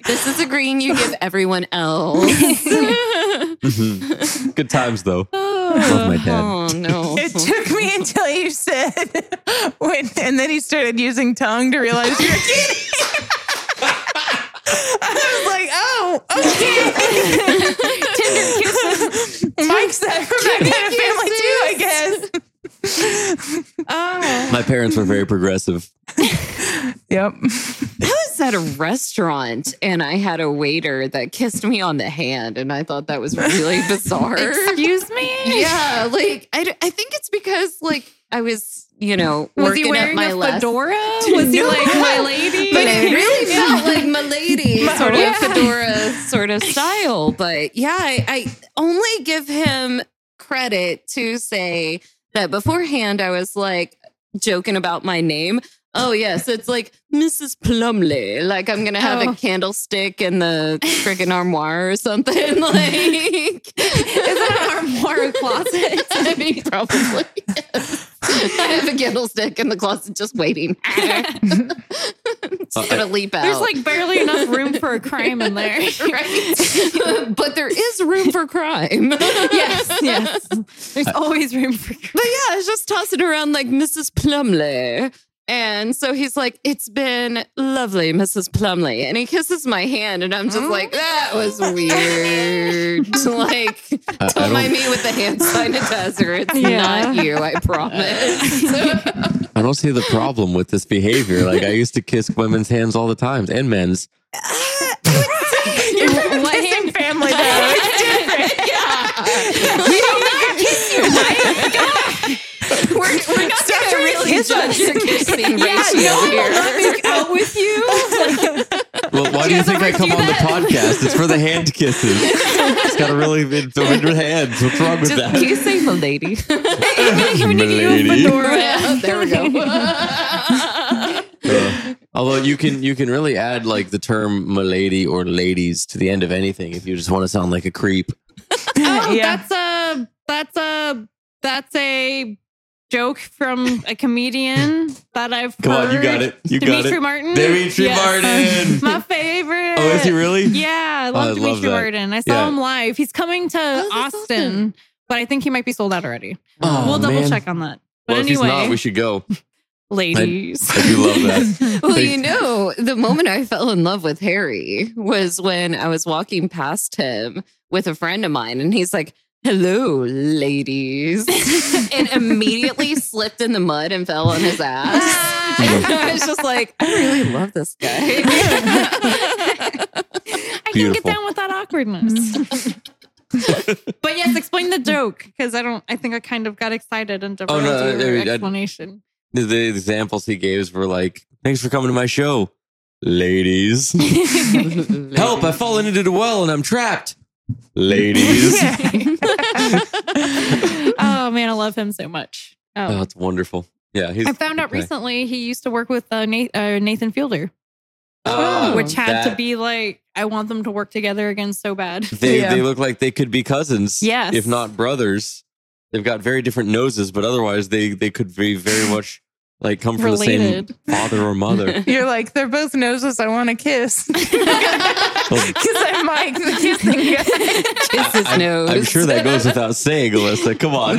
(laughs) This is a green you give everyone else. mhm. Good times (laughs) though. Love Oh, my dad. Oh no. It took me until you said, (laughs) when, and then he started using tongue to realize you're kidding. (laughs) I was like, oh, okay. Tinder (laughs) kisses. (laughs) Mike's that from that kind of family too, I guess. Oh. My parents were very progressive. Yep. I was at a restaurant and I had a waiter that kissed me on the hand, and I thought that was (laughs) really bizarre. Excuse me? yeah, like I, d- I think it's because like I was you know Was working he up wearing my a last- fedora? (laughs) Was he like my lady? But it (laughs) really felt like my lady sort of Yeah. fedora sort of style. But yeah, I, I only give him credit to say that beforehand I was like joking about my name. Oh yes, it's like Mrs. Plumley. Like I'm gonna have Oh. a candlestick in the freaking armoire or something. (laughs) Like is that an armoire closet? I mean, probably. yes. (laughs) I have a candlestick in the closet just (laughs) waiting. Just gonna leap (laughs) out. There's like barely enough room for a crime in there. (laughs) right? (laughs) but there is room for crime. (laughs) yes, yes. There's always room for (laughs) crime. But yeah, I was just tossing around like Mrs. Plumley. And so he's like, It's been lovely, Mrs. Plumley. And he kisses my hand, and I'm just like, That was weird. (laughs) like, I don't don't- mind me with the hand sanitizer. (laughs) It's Yeah. not you, I promise. I don't see the problem with this behavior. Like I used to kiss women's hands all the time and men's. You're from What a kissing family, though. (laughs) It's different. we're, we're not (laughs) going to really kiss judge your kissing (laughs) ratio (laughs) here. out with you. Well, why do you think I come on the podcast? It's for the hand kisses. It's got to really been thrown into hands. What's wrong with that? you say the lady? Even if you Milady. a fedora. (laughs) there we go. (laughs) (laughs) Uh, although you can you can really add like the term milady or ladies to the end of anything if you just want to sound like a creep. Oh, Yeah. that's a that's a that's a joke from a comedian that I've Come on, you got heard. it. You got Dimitri it. Martin. Dimitri Martin. (laughs) My favorite. Oh, is he really? Oh, Yeah, I love I love Dimitri that. Martin. I saw Yeah. him live. He's coming to is Austin, Austin? but I think he might be sold out already. Oh, we'll double man. check on that. But Well, if he's anyway, not, we should go. ladies. I do love (laughs) that. (laughs) Well, Thank- you know, the moment I fell in love with Harry was when I was walking past him with a friend of mine, and he's like, Hello, (laughs) ladies. and immediately slipped in the mud and fell on his (laughs) ass. (laughs) and I was just like, I really love this (laughs) guy. I can get Beautiful. down with that awkwardness. (laughs) but yes, explain the joke because I don't. I think I kind of got excited and Oh, derailed no, I- your I- I- (laughs) explanation. the, the examples he gave were like, "Thanks for coming to my show, (laughs) ladies. Help! I've fallen into the well and I'm trapped, (laughs) ladies. oh man, I love him so much. oh, Oh. it's wonderful. Yeah, he's I found out okay. recently he used to work with uh, Nate, uh, Nathan Fielder, Ah, which had to that- be like, I want them to work together again so (laughs) bad. They Yeah. they look like they could be cousins. Yes. If not brothers. They've got very different noses, but otherwise they they could be (laughs) very much like come from Related. the same father or (laughs) mother. You're like, they're both noses. I want to kiss. (laughs) Because Oh, I'm Mike, the kissing guy. Kiss his I'm, nose. I'm sure (laughs) that goes without saying, Alyssa. Come (laughs) on. (laughs)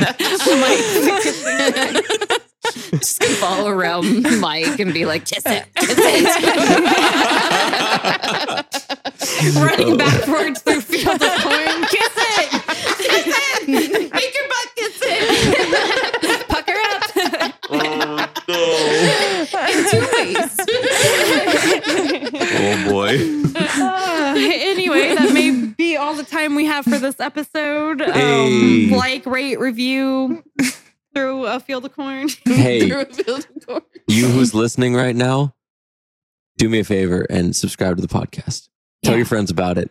Just gonna follow around Mike and be like, kiss it, kiss it. Running Oh. backwards through (laughs) fields of corn. Kiss it. Make your butt kiss it. Oh, (laughs) Hey. um, like, rate, review through a field of (laughs) corn. Hey, through a building door. you who's listening right now, do me a favor and subscribe to the podcast. Tell Yeah. your friends about it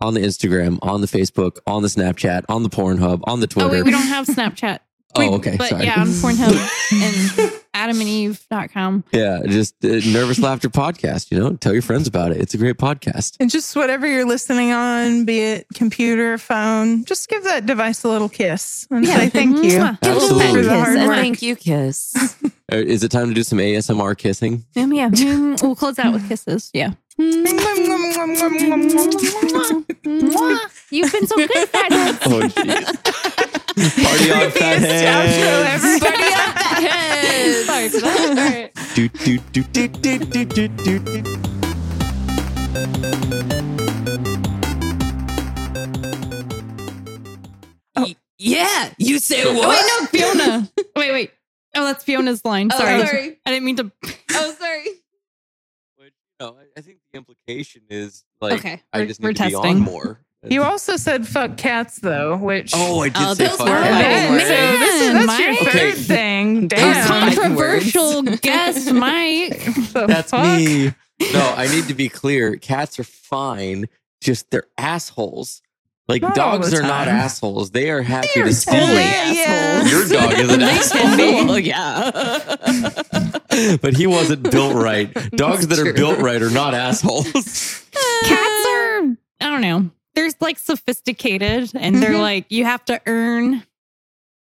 on the Instagram, on the Facebook, on the Snapchat, on the Pornhub, on the Twitter. Oh wait, we don't have Snapchat. Oh, okay. But sorry. yeah, on (laughs) Pornhub and adamandeve.com. Yeah, just uh, (laughs) Nervous Laughter Podcast, you know? Tell your friends about it. It's a great podcast. (laughs) And just whatever you're listening on, be it computer, phone, just give that device a little kiss and Yeah. say thank Mwah. you. Give them that Absolutely. kiss Hard and work. thank you kiss. Uh, Is it time to do some ASMR kissing? Um, yeah, Mm, we'll close out with kisses. Yeah. Mwah. You've been so good, Fathead. Oh, jeez. Party on, Creepiest outro fathead. ever. Buddy up the head. (laughs) Sorry for that. All right. Do, do, do, do, do, do, do, do, do. Yeah, you say what? Oh, wait, no, Fiona. Wait, wait. Oh, that's Fiona's line. Oh, Sorry. sorry. I didn't mean to. Oh, sorry. But, you know, I- I think the implication is like Okay, I we're- just we're need to be on testing. more. You also said fuck cats though, which oh, I did Oh, say those fuck were Oh, that. man, Man, so this is, that's your Mike. third Okay. thing. Yeah. Damn. (laughs) Controversial guest, Mike. The That's fuck? me. No, I need to be clear. Cats are fine, just they're assholes. Like Not all dogs the are not time. assholes. They are happy They're to steal. totally you. assholes. (laughs) Your dog is an They asshole. can be. (laughs) (laughs) Well, yeah. but he wasn't built right. Dogs that are True. built right are not assholes. Cats are, I don't know. They're like sophisticated and they're Mhm. like, you have to earn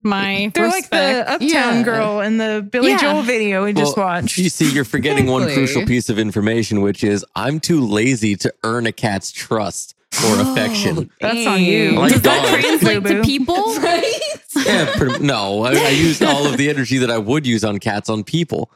my They're respect. like the uh, Uptown Yeah. Girl in the Billy Yeah. Joel video we just Well, watched. You see, you're forgetting one Exactly. crucial piece of information, which is I'm too lazy to earn a cat's trust or affection. That's on you. Dang. I like Does that dogs. translate to Boo-boo. (laughs) people? Right? Yeah, pretty- no, I, I used all of the energy that I would use on cats on people.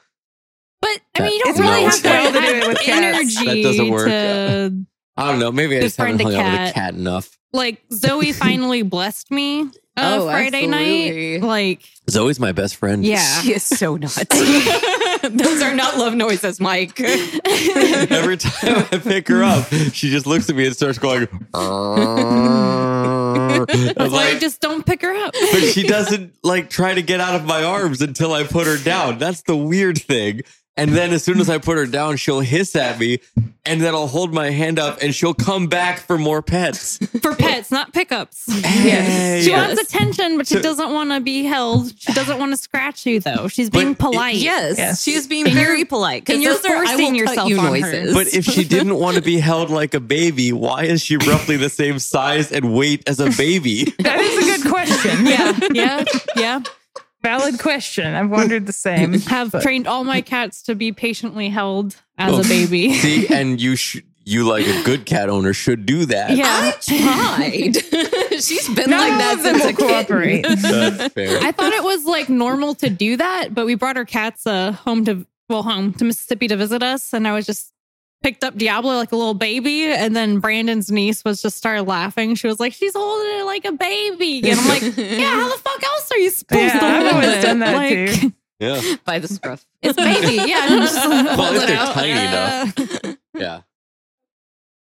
But I mean, you It's don't really not have to to well do it have with cats. energy That doesn't work. to I don't know. Maybe I just haven't Befriend a hung out with a cat. cat enough. like. Zoe finally blessed me uh, Oh, Friday absolutely. night. Like, Zoe's my best friend. yeah. She is so (laughs) nuts. Those are not love noises, (laughs) Mike. Every time I pick her up, she just looks at me and starts going. "Arr." I was That's why I like, just don't pick her (laughs) up. but she doesn't like try to get out of my arms until I put her down. That's the weird thing. And then as soon as I put her down, she'll hiss at me, and then I'll hold my hand up, and she'll come back for more pets. For pets, not pickups. Yes. She Yes. wants attention, but she So- doesn't want to be held. She doesn't want to scratch you, though. She's being But- polite. Yes, Yes. she is being very polite. 'cause and you're those are, I will forcing cut yourself you on her. noises. But if she didn't want to be held like a baby, why is she roughly the same size and weight as a baby? that is a good question. Yeah. Yeah. Yeah. Valid question. I've wondered the same. Have But- trained all my cats to be patiently held as Oh. a baby. (laughs) See, and you sh- you like a good cat owner should do that. (laughs) Yeah. I tried. (laughs) She's been Not like all that of them since will a cooperate. kid. That's fair. I thought it was like normal to do that, but we brought our cats uh, home to well home to Mississippi to visit us, and I was just picked up Diablo like a little baby, and then Brandon's niece was just started laughing. She was like, "She's holding it like a baby," and (laughs) I'm like, "Yeah, how the fuck else are you supposed Yeah, to?" I've hold always it? done that too. Yeah. (laughs) By the scruff. (laughs) It's baby, yeah. and I'm just like, Well, hold if it they're out. tiny Uh, enough. Yeah.